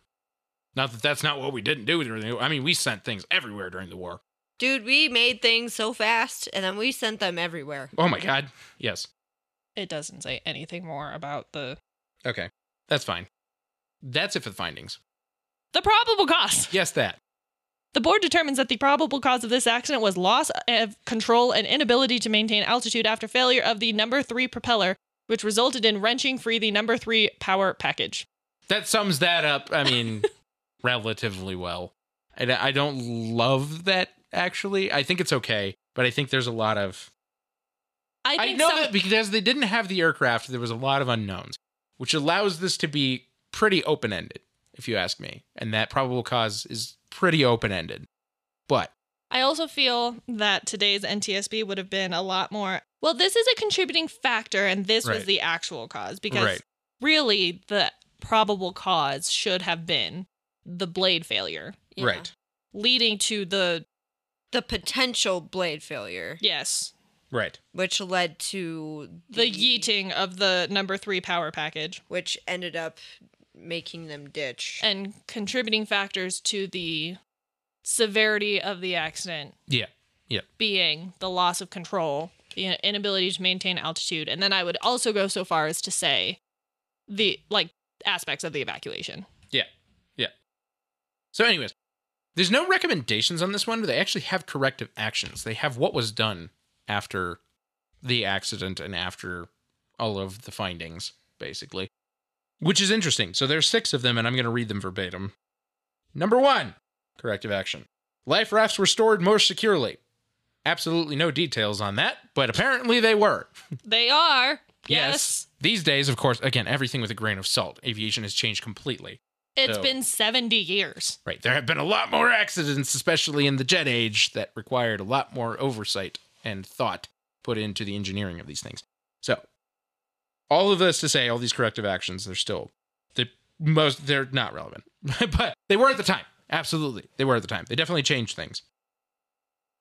Speaker 2: Not that that's not what we didn't do during the. I mean, we sent things everywhere during the war.
Speaker 1: Dude, we made things so fast and then we sent them everywhere.
Speaker 2: Oh my god. Yes.
Speaker 3: It doesn't say anything more about the
Speaker 2: Okay. That's fine. That's it for the findings.
Speaker 3: the probable cause.
Speaker 2: Yes, that.
Speaker 3: The board determines that the probable cause of this accident was loss of control and inability to maintain altitude after failure of the number 3 propeller, which resulted in wrenching free the number 3 power package.
Speaker 2: That sums that up. I mean, relatively well. And I don't love that actually. I think it's okay, but I think there's a lot of.
Speaker 3: I
Speaker 2: I,
Speaker 3: think
Speaker 2: know
Speaker 3: some-
Speaker 2: that because they didn't have the aircraft, there was a lot of unknowns, which allows this to be pretty open ended, if you ask me. And that probable cause is pretty open ended. But
Speaker 3: I also feel that today's NTSB would have been a lot more, well, this is a contributing factor and this was
Speaker 2: Right.
Speaker 3: the actual cause because
Speaker 2: Right.
Speaker 3: really the probable cause should have been the blade failure
Speaker 1: Yeah.
Speaker 2: right,
Speaker 3: leading to the
Speaker 1: The potential blade failure,
Speaker 3: yes,
Speaker 2: right,
Speaker 1: which led to
Speaker 3: the yeeting of the number 3 power package
Speaker 1: which ended up making them ditch.
Speaker 3: and contributing factors to the severity of the accident
Speaker 2: yeah, yeah,
Speaker 3: being the loss of control, the inability to maintain altitude, and then I would also go so far as to say the like aspects of the evacuation.
Speaker 2: yeah, yeah. So, anyways, there's no recommendations on this one, but they actually have corrective actions. They have what was done after the accident and after all of the findings, basically, which is interesting. So, there's six of them, and I'm going to read them verbatim. Number one, corrective action. Life rafts were stored more securely. Absolutely no details on that, but apparently they were.
Speaker 3: They are yes.
Speaker 2: These days, of course, again, everything with a grain of salt. Aviation has changed completely.
Speaker 3: it's
Speaker 2: So-
Speaker 3: been 70 years.
Speaker 2: Right. There have been a lot more accidents, especially in the jet age, that required a lot more oversight and thought put into the engineering of these things. So, all of this to say, all these corrective actions, they're still the most, they're not relevant, but they were at the time. Absolutely. They were at the time. They definitely changed things.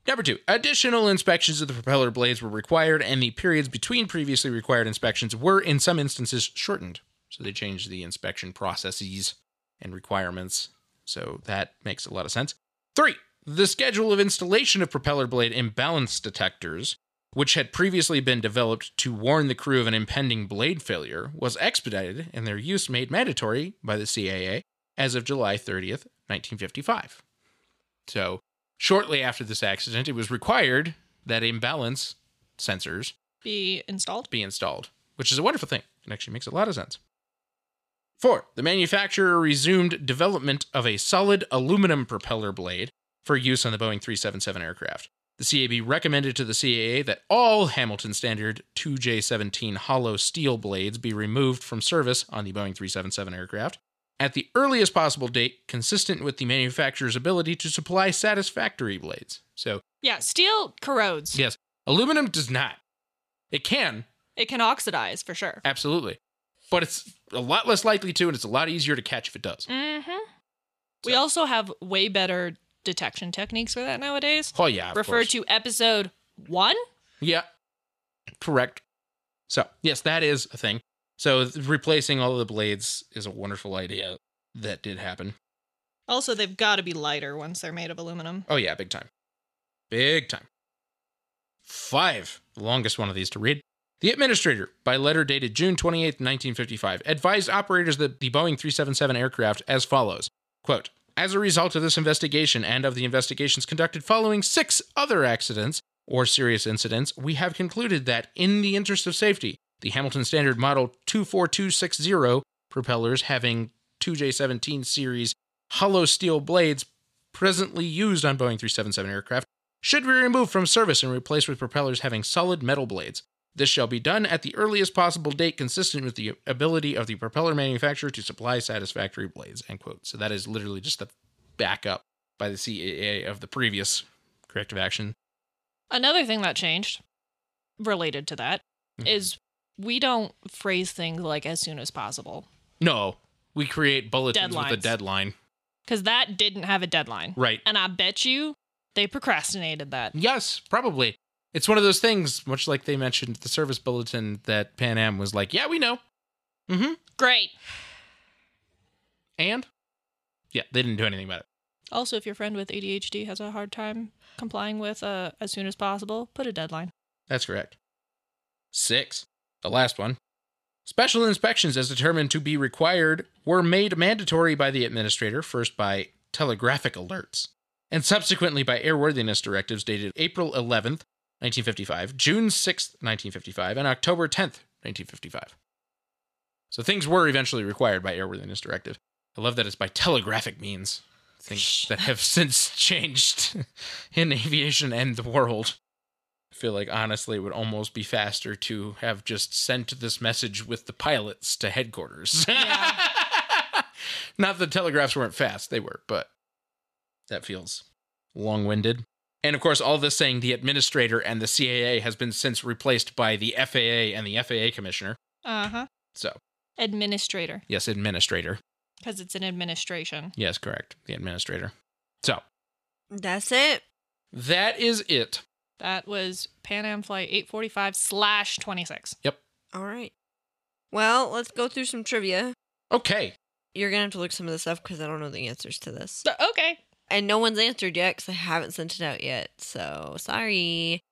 Speaker 2: Number two, additional inspections of the propeller blades were required, and the periods between previously required inspections were, in some instances, shortened. So they changed the inspection processes and requirements. So that makes a lot of sense. Three, the schedule of installation of propeller blade imbalance detectors, which had previously been developed to warn the crew of an impending blade failure, was expedited and their use made mandatory by the CAA as of July 30th, 1955. So, shortly after this accident, it was required that imbalance sensors
Speaker 3: Be installed.
Speaker 2: be installed, which is a wonderful thing. It actually makes a lot of sense. Four, the manufacturer resumed development of a solid aluminum propeller blade for use on the Boeing 377 aircraft. The CAB recommended to the CAA that all Hamilton Standard 2J17 hollow steel blades be removed from service on the Boeing 377 aircraft at the earliest possible date, consistent with the manufacturer's ability to supply satisfactory blades. So,
Speaker 3: Yeah, steel corrodes.
Speaker 2: yes, aluminum does not. It can,
Speaker 3: It can oxidize for sure.
Speaker 2: Absolutely. But it's a lot less likely to, and it's a lot easier to catch if it does.
Speaker 3: Mhm. We also have way better detection techniques for that nowadays.
Speaker 2: Oh, yeah. of
Speaker 3: Refer
Speaker 2: course.
Speaker 3: to episode 1.
Speaker 2: Yeah. Correct. So, yes, that is a thing. So, th- replacing all of the blades is a wonderful idea that did happen.
Speaker 3: Also, they've got to be lighter once they're made of aluminum.
Speaker 2: Oh, yeah, big time. Big time. Five, the longest one of these to read. The administrator, by letter dated June 28, 1955, advised operators that the Boeing 377 aircraft as follows quote, As a result of this investigation and of the investigations conducted following six other accidents or serious incidents, we have concluded that, in the interest of safety, the Hamilton Standard Model 24260 propellers having 2J17 series hollow steel blades presently used on Boeing 377 aircraft should be removed from service and replaced with propellers having solid metal blades. This shall be done at the earliest possible date consistent with the ability of the propeller manufacturer to supply satisfactory blades. End quote. So that is literally just the backup by the CAA of the previous corrective action.
Speaker 3: Another thing that changed related to that
Speaker 2: Mhm.
Speaker 3: is we don't phrase things like as soon as possible
Speaker 2: No, we create bulletins with
Speaker 3: Deadlines.
Speaker 2: a deadline.
Speaker 3: because that didn't have a deadline.
Speaker 2: Right.
Speaker 3: And I bet you they procrastinated that.
Speaker 2: Yes, probably. It's one of those things, much like they mentioned the service bulletin that Pan Am was like, yeah, we know. Mm hmm.
Speaker 3: Great.
Speaker 2: And? Yeah, they didn't do anything about it.
Speaker 3: Also, if your friend with ADHD has a hard time complying with uh, as soon as possible, put a deadline.
Speaker 2: That's correct. Six, the last one. Special inspections, as determined to be required, were made mandatory by the administrator, first by telegraphic alerts, and subsequently by airworthiness directives dated April 11th, 1955, June 6th, 1955, and October 10th, 1955. So things were eventually required by airworthiness directive. I love that it's by telegraphic means, things that have since changed in aviation and the world. I feel like honestly, it would almost be faster to have just sent this message with the pilots to headquarters. Not that telegraphs weren't fast, they were, but that feels long winded. And of course, all this saying the administrator and the CAA has been since replaced by the FAA and the FAA commissioner.
Speaker 3: Uh huh.
Speaker 2: So,
Speaker 3: Administrator,
Speaker 2: yes, administrator.
Speaker 3: because it's an administration.
Speaker 2: Yes, correct. The administrator. So,
Speaker 1: That's it.
Speaker 2: that is it.
Speaker 3: That was Pan Am Flight 845 slash 26.
Speaker 1: All right. Well, let's go through some trivia.
Speaker 2: Okay.
Speaker 1: You're gonna have to look some of this up because I don't know the answers to this,
Speaker 3: So, okay.
Speaker 1: and no one's answered yet because I haven't sent it out yet. So sorry.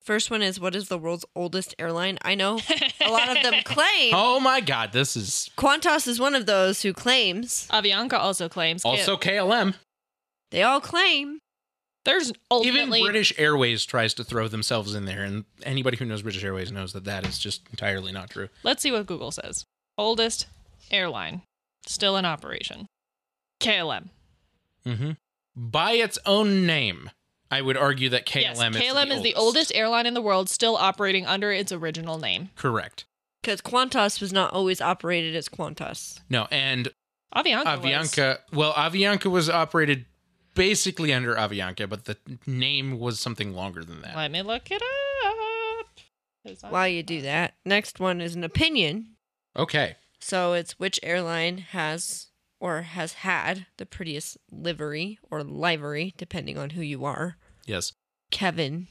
Speaker 1: First one is what is the world's oldest airline? I know a lot of them claim.
Speaker 2: Oh my God, this is
Speaker 1: Qantas is one of those who claims.
Speaker 3: Avianca also claims.
Speaker 2: also KLM.
Speaker 1: They all claim.
Speaker 3: there's
Speaker 2: Even
Speaker 3: ultimately
Speaker 2: British Airways tries to throw themselves in there, and anybody who knows British Airways knows that that is just entirely not true.
Speaker 3: Let's see what Google says. Oldest airline still in operation. KLM.
Speaker 2: Mm-hmm. By its own name, I would argue that KLM, is,
Speaker 3: yes,
Speaker 2: the
Speaker 3: KLM is the oldest airline in the world still operating under its original name.
Speaker 2: Correct.
Speaker 1: Because Qantas was not always operated as Qantas.
Speaker 2: No, and
Speaker 3: Avianca. Was.
Speaker 2: Avianca. Well, Avianca was operated basically under Avianca, but the name was something longer than that.
Speaker 3: Let me look it up. It's on-
Speaker 1: While you do that, next one is an opinion.
Speaker 2: Okay.
Speaker 1: So it's which airline has or has had the prettiest livery or livery, depending on who you are.
Speaker 2: Yes.
Speaker 1: Kevin.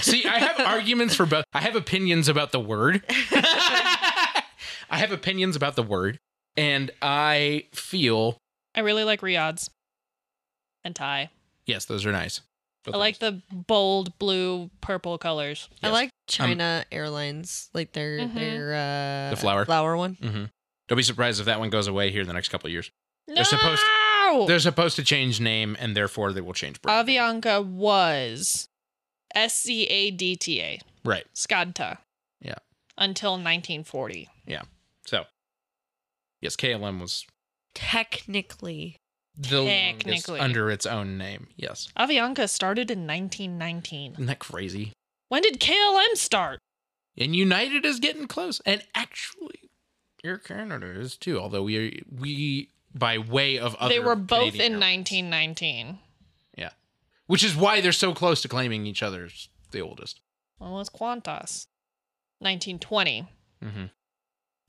Speaker 2: See, I have arguments for both. I have opinions about the word. I have opinions about the word, and I feel
Speaker 3: I really like Riyadh's and Thai.
Speaker 2: yes, those are nice.
Speaker 3: I like the bold blue purple colors.
Speaker 1: I
Speaker 2: Yes. Um,
Speaker 1: like China Airlines, like their
Speaker 3: Mhm.
Speaker 1: their uh,
Speaker 2: The flower.
Speaker 1: flower one.
Speaker 2: Mm-hmm. Don't be surprised if that one goes away here in the next couple of years.
Speaker 3: No.
Speaker 2: supposed- They're supposed to change name, and therefore they will change brand.
Speaker 3: Avianca was S C A D T A.
Speaker 2: right.
Speaker 3: Skadta.
Speaker 2: Yeah.
Speaker 3: Until 1940.
Speaker 2: So, yes, KLM was
Speaker 1: Technically,
Speaker 2: the longest
Speaker 3: Technically.
Speaker 2: under its own name. Yes.
Speaker 3: Avianca started in 1919.
Speaker 2: Isn't that crazy?
Speaker 3: When did KLM start?
Speaker 2: And United is getting close, and actually, Air Canada is too. Although we we by way of other
Speaker 3: they were both
Speaker 2: Canadian
Speaker 3: in
Speaker 2: airlines.
Speaker 3: 1919.
Speaker 2: Yeah, which is why they're so close to claiming each other's the oldest.
Speaker 3: When was Qantas? 1920.
Speaker 2: Mm-hmm.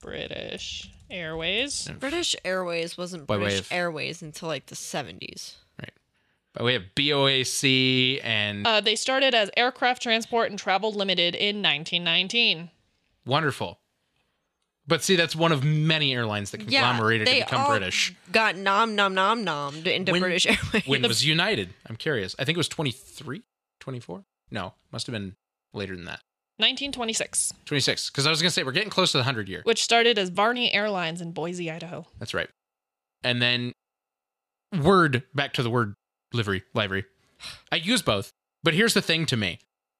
Speaker 3: British Airways.
Speaker 1: British Airways wasn't
Speaker 2: By way
Speaker 1: British
Speaker 2: of-
Speaker 1: Airways until like the seventies.
Speaker 2: But we have BOAC and
Speaker 3: Uh, they started as Aircraft Transport and Travel Limited in 1919.
Speaker 2: wonderful. But see, that's one of many airlines that conglomerated to become British.
Speaker 1: Got nom nom nom nommed into
Speaker 2: When-
Speaker 1: British Airways.
Speaker 2: When was United? I'm curious. I think it was 23, 24. No, must have been later than that.
Speaker 3: 1926,
Speaker 2: 26. Because I was going to say, we're getting close to the 100 year.
Speaker 3: which started as Varney Airlines in Boise, Idaho.
Speaker 2: That's right. And then word back to the word livery, livery. I use both, but here's the thing to me.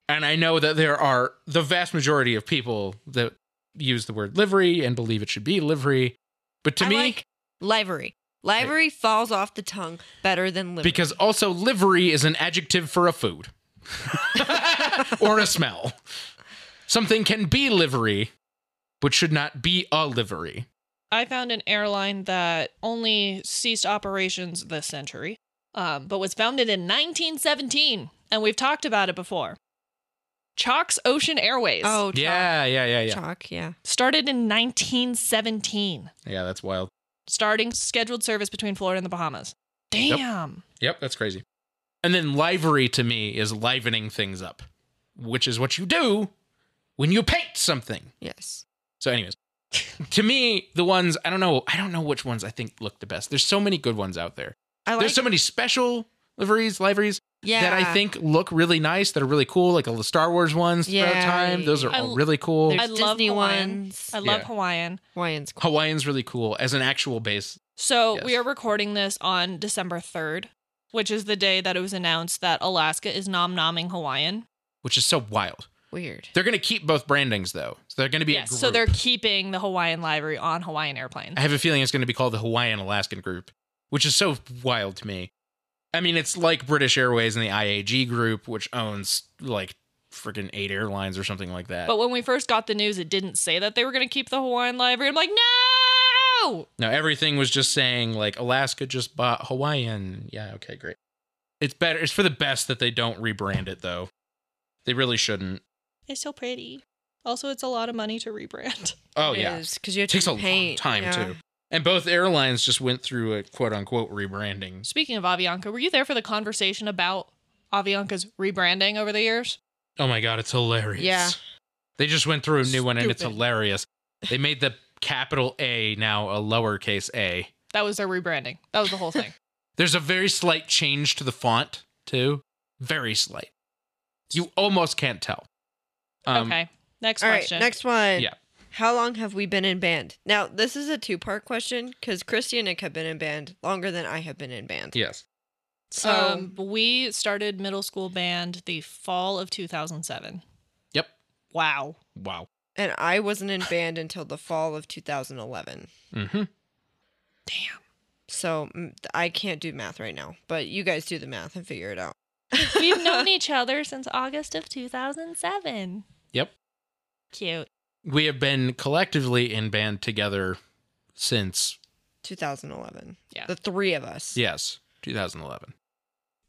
Speaker 2: And I know that there are the vast majority of people that use the word livery and believe it should be livery. But to
Speaker 1: I
Speaker 2: me,
Speaker 1: like livery. Livery falls off the tongue better than livery.
Speaker 2: because also livery is an adjective for a food or a smell. Something can be livery, but should not be a livery.
Speaker 3: I found an airline that only ceased operations this century, um, but was founded in 1917, and we've talked about it before. Chalks Ocean Airways
Speaker 1: oh, chalk.
Speaker 2: Yeah, yeah, yeah, yeah.
Speaker 1: chalk, yeah.
Speaker 3: started in 1917,
Speaker 2: Yeah, that's wild.
Speaker 3: starting scheduled service between Florida and the Bahamas. Damn.
Speaker 2: Yep, that's crazy. And then livery to me is livening things up. which is what you do when you paint something.
Speaker 1: Yes.
Speaker 2: So, anyways, to me, the ones I don't know, I don't know which ones I think look the best. There's so many good ones out there.
Speaker 1: I like
Speaker 2: There's so many special liveries, liveries
Speaker 1: yeah.
Speaker 2: that I think look really nice, that are really cool, like all the Star Wars ones
Speaker 1: Yeah.
Speaker 2: throughout time. Those are
Speaker 3: I
Speaker 2: all
Speaker 3: l-
Speaker 2: really cool.
Speaker 1: there's
Speaker 3: I love
Speaker 1: Disney
Speaker 3: Hawaiian.
Speaker 1: ones.
Speaker 3: I love
Speaker 2: Yeah.
Speaker 3: Hawaiian.
Speaker 1: Hawaiian's cool.
Speaker 2: Hawaiian's really cool as an actual base.
Speaker 3: So we
Speaker 2: Yes.
Speaker 3: are recording this on December 3rd, which is the day that it was announced that Alaska is nom nomming Hawaiian.
Speaker 2: Which is so wild.
Speaker 1: Weird.
Speaker 2: They're gonna keep both brandings though. So they're gonna be a
Speaker 3: Yes.
Speaker 2: group.
Speaker 3: So they're keeping the Hawaiian library on Hawaiian airplanes.
Speaker 2: I have a feeling it's going to be called the Hawaiian Alaskan Group, which is so wild to me. I mean, it's like British Airways and the IAG Group, which owns like freaking eight airlines or something like that.
Speaker 3: But when we first got the news, it didn't say that they were going to keep the Hawaiian library. I'm like, no!
Speaker 2: no, everything was just saying like Alaska just bought Hawaiian. Yeah, okay, great. It's better. It's for the best that they don't rebrand it though. They really shouldn't.
Speaker 3: It's so pretty. Also, it's a lot of money to rebrand.
Speaker 2: Oh yeah,
Speaker 1: Because you have
Speaker 2: it takes
Speaker 1: to
Speaker 2: a long
Speaker 1: paint,
Speaker 2: time
Speaker 1: yeah.
Speaker 2: too. And both airlines just went through a quote unquote rebranding.
Speaker 3: Speaking of Avianca, were you there for the conversation about Avianca's rebranding over the years?
Speaker 2: Oh my god, it's hilarious.
Speaker 1: Yeah.
Speaker 2: They just went through a new one and it's
Speaker 3: Stupid.
Speaker 2: hilarious. They made the capital A now a lowercase a.
Speaker 3: That was their rebranding. That was the whole thing.
Speaker 2: There's a very slight change to the font too. Very slight. You almost can't tell. Um,
Speaker 3: okay. Next
Speaker 1: All right,
Speaker 3: question.
Speaker 1: next one.
Speaker 2: Yeah.
Speaker 1: How long have we been in band? Now, this is a two part question because Christy and Nick have been in band longer than I have been in band.
Speaker 2: Yes.
Speaker 1: So,
Speaker 3: um, we started middle school band the fall of 2007.
Speaker 2: Yep.
Speaker 3: Wow.
Speaker 2: Wow.
Speaker 1: and I wasn't in band until the fall of 2011.
Speaker 2: Mm-hmm.
Speaker 3: Damn.
Speaker 1: So mm, I can't do math right now, but you guys do the math and figure it out.
Speaker 3: We've known each other since August of 2007.
Speaker 2: Yep.
Speaker 3: Cute.
Speaker 2: We have been collectively in band together since
Speaker 1: 2011.
Speaker 3: Yeah.
Speaker 1: The three of us.
Speaker 2: yes, 2011.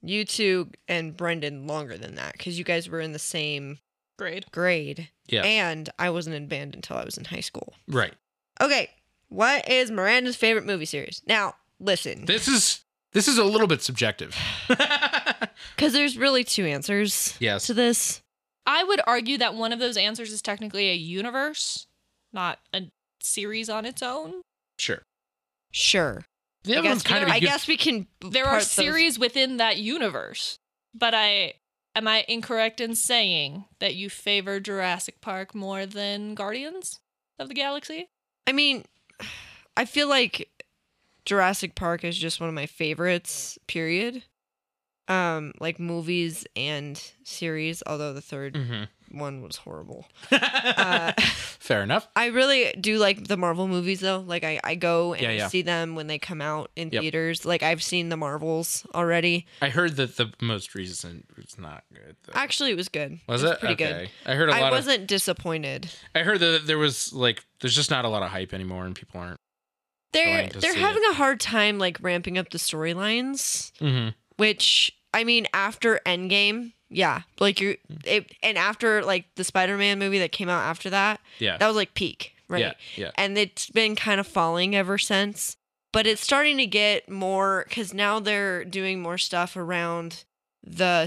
Speaker 1: You two and Brendan longer than that because you guys were in the same
Speaker 3: Great.
Speaker 1: grade.
Speaker 2: Yes.
Speaker 1: And I wasn't in band until I was in high school.
Speaker 2: right.
Speaker 1: Okay. What is Miranda's favorite movie series? Now, listen,
Speaker 2: This is this is a little bit subjective.
Speaker 1: because there's really two answers
Speaker 2: Yes.
Speaker 1: to this.
Speaker 3: I would argue that one of those answers is technically a universe, not a series on its own.
Speaker 2: sure.
Speaker 1: Sure.
Speaker 2: The
Speaker 1: I,
Speaker 2: other one's
Speaker 1: guess,
Speaker 2: kind
Speaker 1: we,
Speaker 2: of a
Speaker 1: I
Speaker 2: gift-
Speaker 1: guess we can. b-
Speaker 3: There
Speaker 1: part
Speaker 3: are
Speaker 1: those-
Speaker 3: series within that universe. But I am I incorrect in saying that you favor Jurassic Park more than Guardians of the Galaxy?
Speaker 1: I mean, I feel like Jurassic Park is just one of my favorites, period. Um, like movies and series, although the 3rd
Speaker 2: Mhm.
Speaker 1: one was horrible. Uh,
Speaker 2: Fair enough.
Speaker 1: I really do like the Marvel movies though. Like I, I go and
Speaker 2: Yeah, yeah.
Speaker 1: I see them when they come out in
Speaker 2: Yep.
Speaker 1: theaters. Like I've seen the Marvels already.
Speaker 2: I heard that the most recent was not good. Though.
Speaker 1: Actually, it was good.
Speaker 2: was
Speaker 1: it? was
Speaker 2: it
Speaker 1: pretty
Speaker 2: okay?
Speaker 1: good.
Speaker 2: I heard a
Speaker 1: I
Speaker 2: lot of.
Speaker 1: wasn't disappointed.
Speaker 2: I heard that there was like there's just not a lot of hype anymore, and people aren't.
Speaker 1: They're
Speaker 2: Going to
Speaker 1: they're
Speaker 2: see
Speaker 1: having a hard time like ramping up the storylines.
Speaker 2: Mm-hmm.
Speaker 1: which I mean after Endgame, yeah, like you
Speaker 2: Hmm.
Speaker 1: it and after like the Spider-Man movie that came out after that,
Speaker 2: Yeah.
Speaker 1: that was like peak, right?
Speaker 2: Yeah. Yeah.
Speaker 1: And it's been kind of falling ever since, but it's starting to get more cuz now they're doing more stuff around the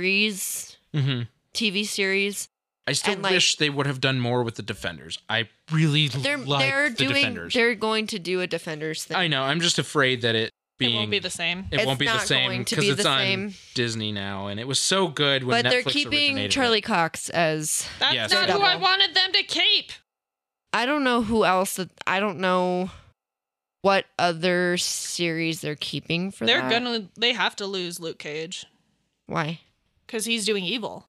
Speaker 1: series,
Speaker 2: Mm-hmm.
Speaker 1: TV series.
Speaker 2: I still
Speaker 1: And, like-
Speaker 2: wish they would have done more with the defenders. I really
Speaker 1: They're
Speaker 2: like
Speaker 1: they're
Speaker 2: the
Speaker 1: doing
Speaker 2: defenders.
Speaker 1: they're going to do a defenders thing.
Speaker 2: I know. I'm just afraid that it being
Speaker 3: it won't be the same.
Speaker 2: It
Speaker 1: It's
Speaker 2: won't be the
Speaker 1: not
Speaker 2: same
Speaker 1: going to
Speaker 2: because
Speaker 1: be
Speaker 2: it's
Speaker 1: the
Speaker 2: on
Speaker 1: same.
Speaker 2: Disney now, and it was so good when
Speaker 1: but they're
Speaker 2: Netflix originated
Speaker 1: keeping
Speaker 2: it.
Speaker 1: Charlie Cox as
Speaker 3: That's
Speaker 2: Yes.
Speaker 3: not who
Speaker 1: Daredevil.
Speaker 3: I wanted them to keep.
Speaker 1: I don't know who else that I don't know what other series they're keeping for
Speaker 3: They're
Speaker 1: that.
Speaker 3: gonna they have to lose Luke Cage
Speaker 1: why?
Speaker 3: because he's doing evil.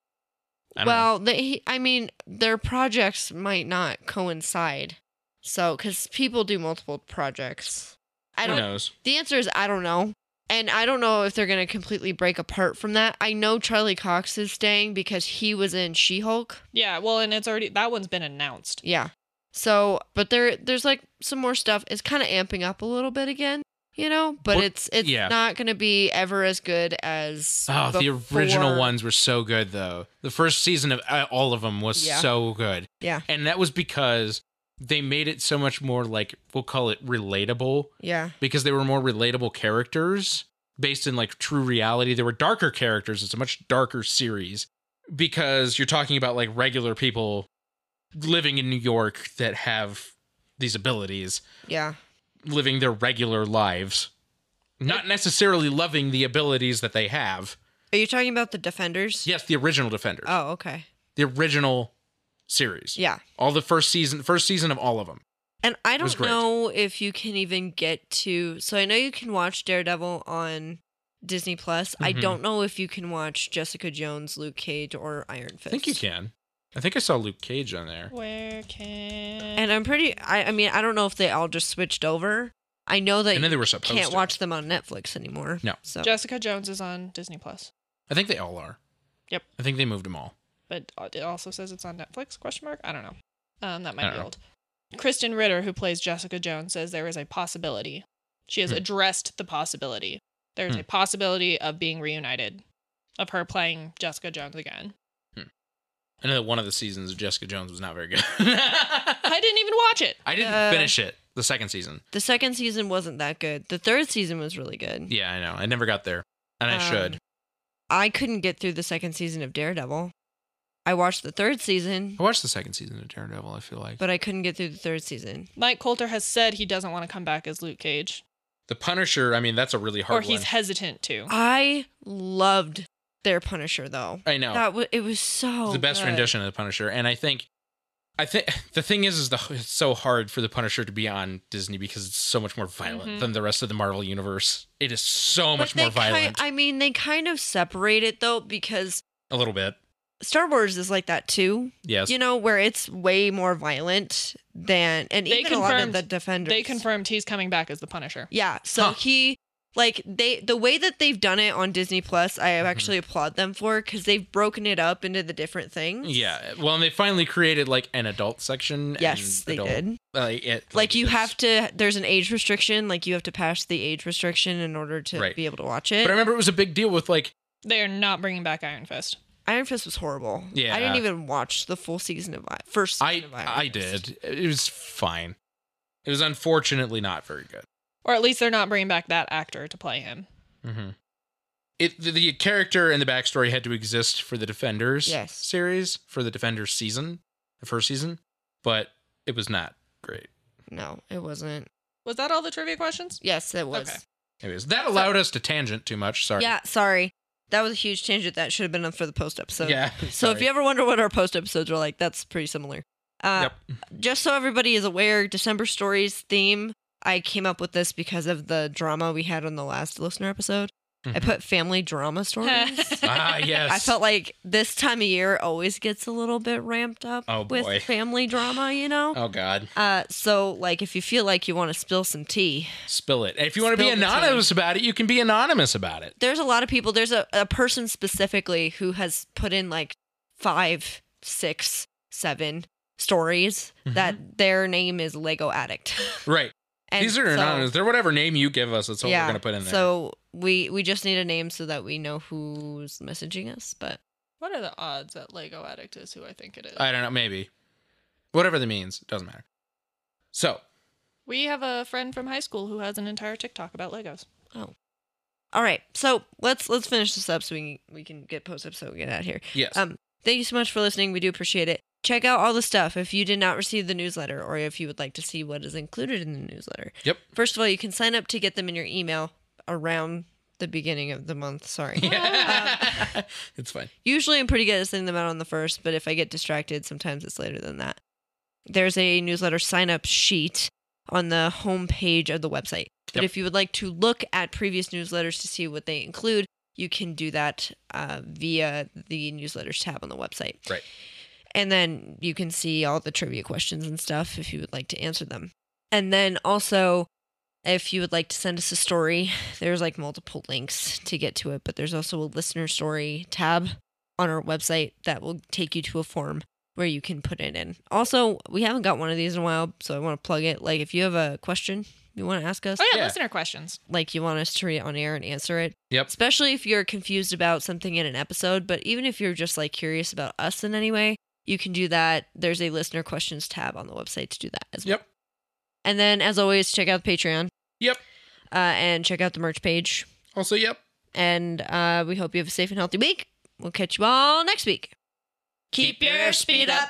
Speaker 2: I don't know.
Speaker 1: Well, they he- I mean their projects might not coincide. So cuz people do multiple projects. I
Speaker 2: who
Speaker 1: don't
Speaker 2: knows?
Speaker 1: The answer is I don't know. And I don't know if they're going to completely break apart from that. I know Charlie Cox is staying because he was in She-Hulk.
Speaker 3: Yeah, well, and it's already that one's been announced.
Speaker 1: Yeah. So, but there there's like some more stuff. It's kind of amping up a little bit again, you know, but
Speaker 2: What-
Speaker 1: it's it's
Speaker 2: yeah.
Speaker 1: not going to be ever as good as
Speaker 2: Oh, the original
Speaker 1: before.
Speaker 2: ones were so good though. The first season of uh, all of them was
Speaker 1: Yeah.
Speaker 2: so good.
Speaker 1: Yeah.
Speaker 2: And that was because they made it so much more like we'll call it relatable
Speaker 1: Yeah.
Speaker 2: because they were more relatable characters based in like true reality. They were darker characters. It's a much darker series. because you're talking about like regular people living in New York that have these abilities,
Speaker 1: Yeah.
Speaker 2: living their regular lives, not necessarily loving the abilities that they have.
Speaker 1: Are you talking about the Defenders?
Speaker 2: Yes, the original Defenders,
Speaker 1: Oh, okay.
Speaker 2: the original series,
Speaker 1: Yeah.
Speaker 2: all the first season, first season of all of them.
Speaker 1: And I
Speaker 2: was
Speaker 1: don't
Speaker 2: great.
Speaker 1: know if you can even get to. So I know you can watch Daredevil on Disney Plus. I
Speaker 2: Mhm.
Speaker 1: don't know if you can watch Jessica Jones, Luke Cage, or Iron Fist.
Speaker 2: I think you can. I think I saw Luke Cage on there.
Speaker 3: Where can
Speaker 1: And I'm pretty. I, I mean, I don't know if they all just switched over. I know that
Speaker 2: I know they
Speaker 1: you
Speaker 2: were supposed
Speaker 1: can't
Speaker 2: to.
Speaker 1: watch them on Netflix anymore.
Speaker 2: No.
Speaker 1: So
Speaker 3: Jessica Jones is on Disney Plus,
Speaker 2: I think they all are.
Speaker 3: Yep.
Speaker 2: I think they moved them all.
Speaker 3: but it also says it's on Netflix? Question mark. I don't know. Um, that might
Speaker 2: don't
Speaker 3: be
Speaker 2: know.
Speaker 3: old. Kristen Ritter, who plays Jessica Jones, says there is a possibility. She has
Speaker 2: Hmm.
Speaker 3: addressed the possibility. There's
Speaker 2: Hmm.
Speaker 3: a possibility of being reunited, of her playing Jessica Jones again.
Speaker 2: I know that one of the seasons of Jessica Jones was not very good.
Speaker 3: I didn't even watch it.
Speaker 2: I didn't
Speaker 1: Uh,
Speaker 2: finish it. The second season.
Speaker 1: the second season wasn't that good. The third season was really good.
Speaker 2: Yeah, I know. I never got there, and I
Speaker 1: Um,
Speaker 2: should.
Speaker 1: I couldn't get through the second season of Daredevil. I watched the third season,
Speaker 2: I watched the second season of Daredevil. I feel like
Speaker 1: but I couldn't get through the third season.
Speaker 3: Mike Coulter has said he doesn't want to come back as Luke Cage,
Speaker 2: the Punisher. I mean, that's a really
Speaker 3: or
Speaker 2: hard
Speaker 3: he's
Speaker 2: one.
Speaker 3: hesitant to.
Speaker 1: I loved their Punisher though.
Speaker 2: I know
Speaker 1: That was it was so
Speaker 2: Oh. the best
Speaker 1: Oh, good.
Speaker 2: rendition of the Punisher, and I think, I think the thing is, is the it's so hard for the Punisher to be on Disney because it's so much more violent
Speaker 3: Mhm.
Speaker 2: than the rest of the Marvel universe. It is so
Speaker 1: Mm-hmm. But
Speaker 2: much
Speaker 1: they
Speaker 2: more violent.
Speaker 1: Kind, I mean, they kind of separate it though because
Speaker 2: a little bit,
Speaker 1: Star Wars is like that too.
Speaker 2: yes.
Speaker 1: You know, where it's way more violent than and
Speaker 3: They
Speaker 1: even a lot of
Speaker 3: confirmed-
Speaker 1: the defenders.
Speaker 3: They confirmed he's coming back as the Punisher.
Speaker 1: Yeah. So
Speaker 2: Huh.
Speaker 1: he like they the way that they've done it on Disney Plus, I
Speaker 2: Mm-hmm.
Speaker 1: actually applaud them for because they've broken it up into the different things.
Speaker 2: yeah. Well, and they finally created like an adult section.
Speaker 1: Yes,
Speaker 2: and
Speaker 1: they
Speaker 2: adult-
Speaker 1: did.
Speaker 2: Like, it,
Speaker 1: Like you
Speaker 2: it's-
Speaker 1: have to. There's an age restriction. Like you have to pass the age restriction in order to
Speaker 2: Right.
Speaker 1: be able to watch it.
Speaker 2: But I remember it was a big deal with like
Speaker 3: They are not bringing back Iron Fist.
Speaker 1: Iron Fist was horrible. I
Speaker 2: Yeah.
Speaker 1: didn't even watch the full season of I- first.
Speaker 2: I
Speaker 1: season of Iron
Speaker 2: I
Speaker 1: Fist.
Speaker 2: did. It was fine. It was unfortunately not very good.
Speaker 3: Or at least they're not bringing back that actor to play him.
Speaker 2: Mm-hmm. It the, the character and the backstory had to exist for the Defenders
Speaker 1: Yes.
Speaker 2: series for the Defenders season, the first season, but it was not great.
Speaker 1: No, it wasn't.
Speaker 3: Was that all the trivia questions?
Speaker 1: Yes, it was.
Speaker 3: Okay.
Speaker 2: Anyways, that allowed us to tangent too much. Sorry.
Speaker 1: Yeah, sorry. That was a huge tangent. That should have been for the post episode.
Speaker 2: Yeah.
Speaker 1: So if you ever wonder what our post episodes are like, that's pretty similar. Uh,
Speaker 2: yep.
Speaker 1: just so everybody is aware, December Stories theme, I came up with this because of the drama we had on the last listener episode. I
Speaker 2: Mhm.
Speaker 1: put family drama stories.
Speaker 2: ah yes.
Speaker 1: I felt like this time of year always gets a little bit ramped up
Speaker 2: Oh,
Speaker 1: with
Speaker 2: boy.
Speaker 1: family drama, you know?
Speaker 2: Oh God!
Speaker 1: Uh, so, like, if you feel like you want to spill some tea,
Speaker 2: Spill it. If you want to be
Speaker 1: Spill the tea.
Speaker 2: anonymous about it, you can be anonymous about it.
Speaker 1: there's a lot of people, there's a, a person specifically who has put in like five, six, seven stories
Speaker 2: Mm-hmm.
Speaker 1: that their name is Lego Addict.
Speaker 2: Right.
Speaker 1: And
Speaker 2: These are
Speaker 1: so-
Speaker 2: anonymous. They're whatever name you give us. That's what we're gonna put in there.
Speaker 1: So we we just need a name so that we know who's messaging us. But
Speaker 3: What are the odds that Lego Addict is who I think it is?
Speaker 2: I don't know, maybe. Whatever the means, it doesn't matter. So,
Speaker 3: we have a friend from high school who has an entire TikTok about Legos.
Speaker 1: all right, so let's let's finish this up so we can, we can get post up so we get out of here.
Speaker 2: yes.
Speaker 1: Um, thank you so much for listening. We do appreciate it. Check out all the stuff if you did not receive the newsletter or if you would like to see what is included in the newsletter.
Speaker 2: yep.
Speaker 1: First of all, you can sign up to get them in your email around the beginning of the month. Sorry. um,
Speaker 2: it's fine.
Speaker 1: Usually I'm pretty good at sending them out on the first, but if I get distracted, sometimes it's later than that. There's a newsletter sign up sheet on the homepage of the website. But
Speaker 2: Yep.
Speaker 1: if you would like to look at previous newsletters to see what they include, you can do that uh, via the newsletters tab on the website.
Speaker 2: Right.
Speaker 1: And then you can see all the trivia questions and stuff if you would like to answer them. And then also, if you would like to send us a story, there's like multiple links to get to it, but there's also a listener story tab on our website that will take you to a form where you can put it in. Also, we haven't got one of these in a while, so I want to plug it. Like, if you have a question you want to ask us,
Speaker 3: Oh yeah,
Speaker 2: Yeah.
Speaker 3: listener questions.
Speaker 1: like you want us to read it on air and answer it,
Speaker 2: Yep.
Speaker 1: especially if you're confused about something in an episode, but even if you're just like curious about us in any way, you can do that. There's a listener questions tab on the website to do that as well.
Speaker 2: Yep.
Speaker 1: And then, as always, check out Patreon
Speaker 2: Yep.
Speaker 1: uh, and check out the merch page.
Speaker 2: Also, yep.
Speaker 1: And uh, we hope you have a safe and healthy week. We'll catch you all next week.
Speaker 3: Keep your speed up.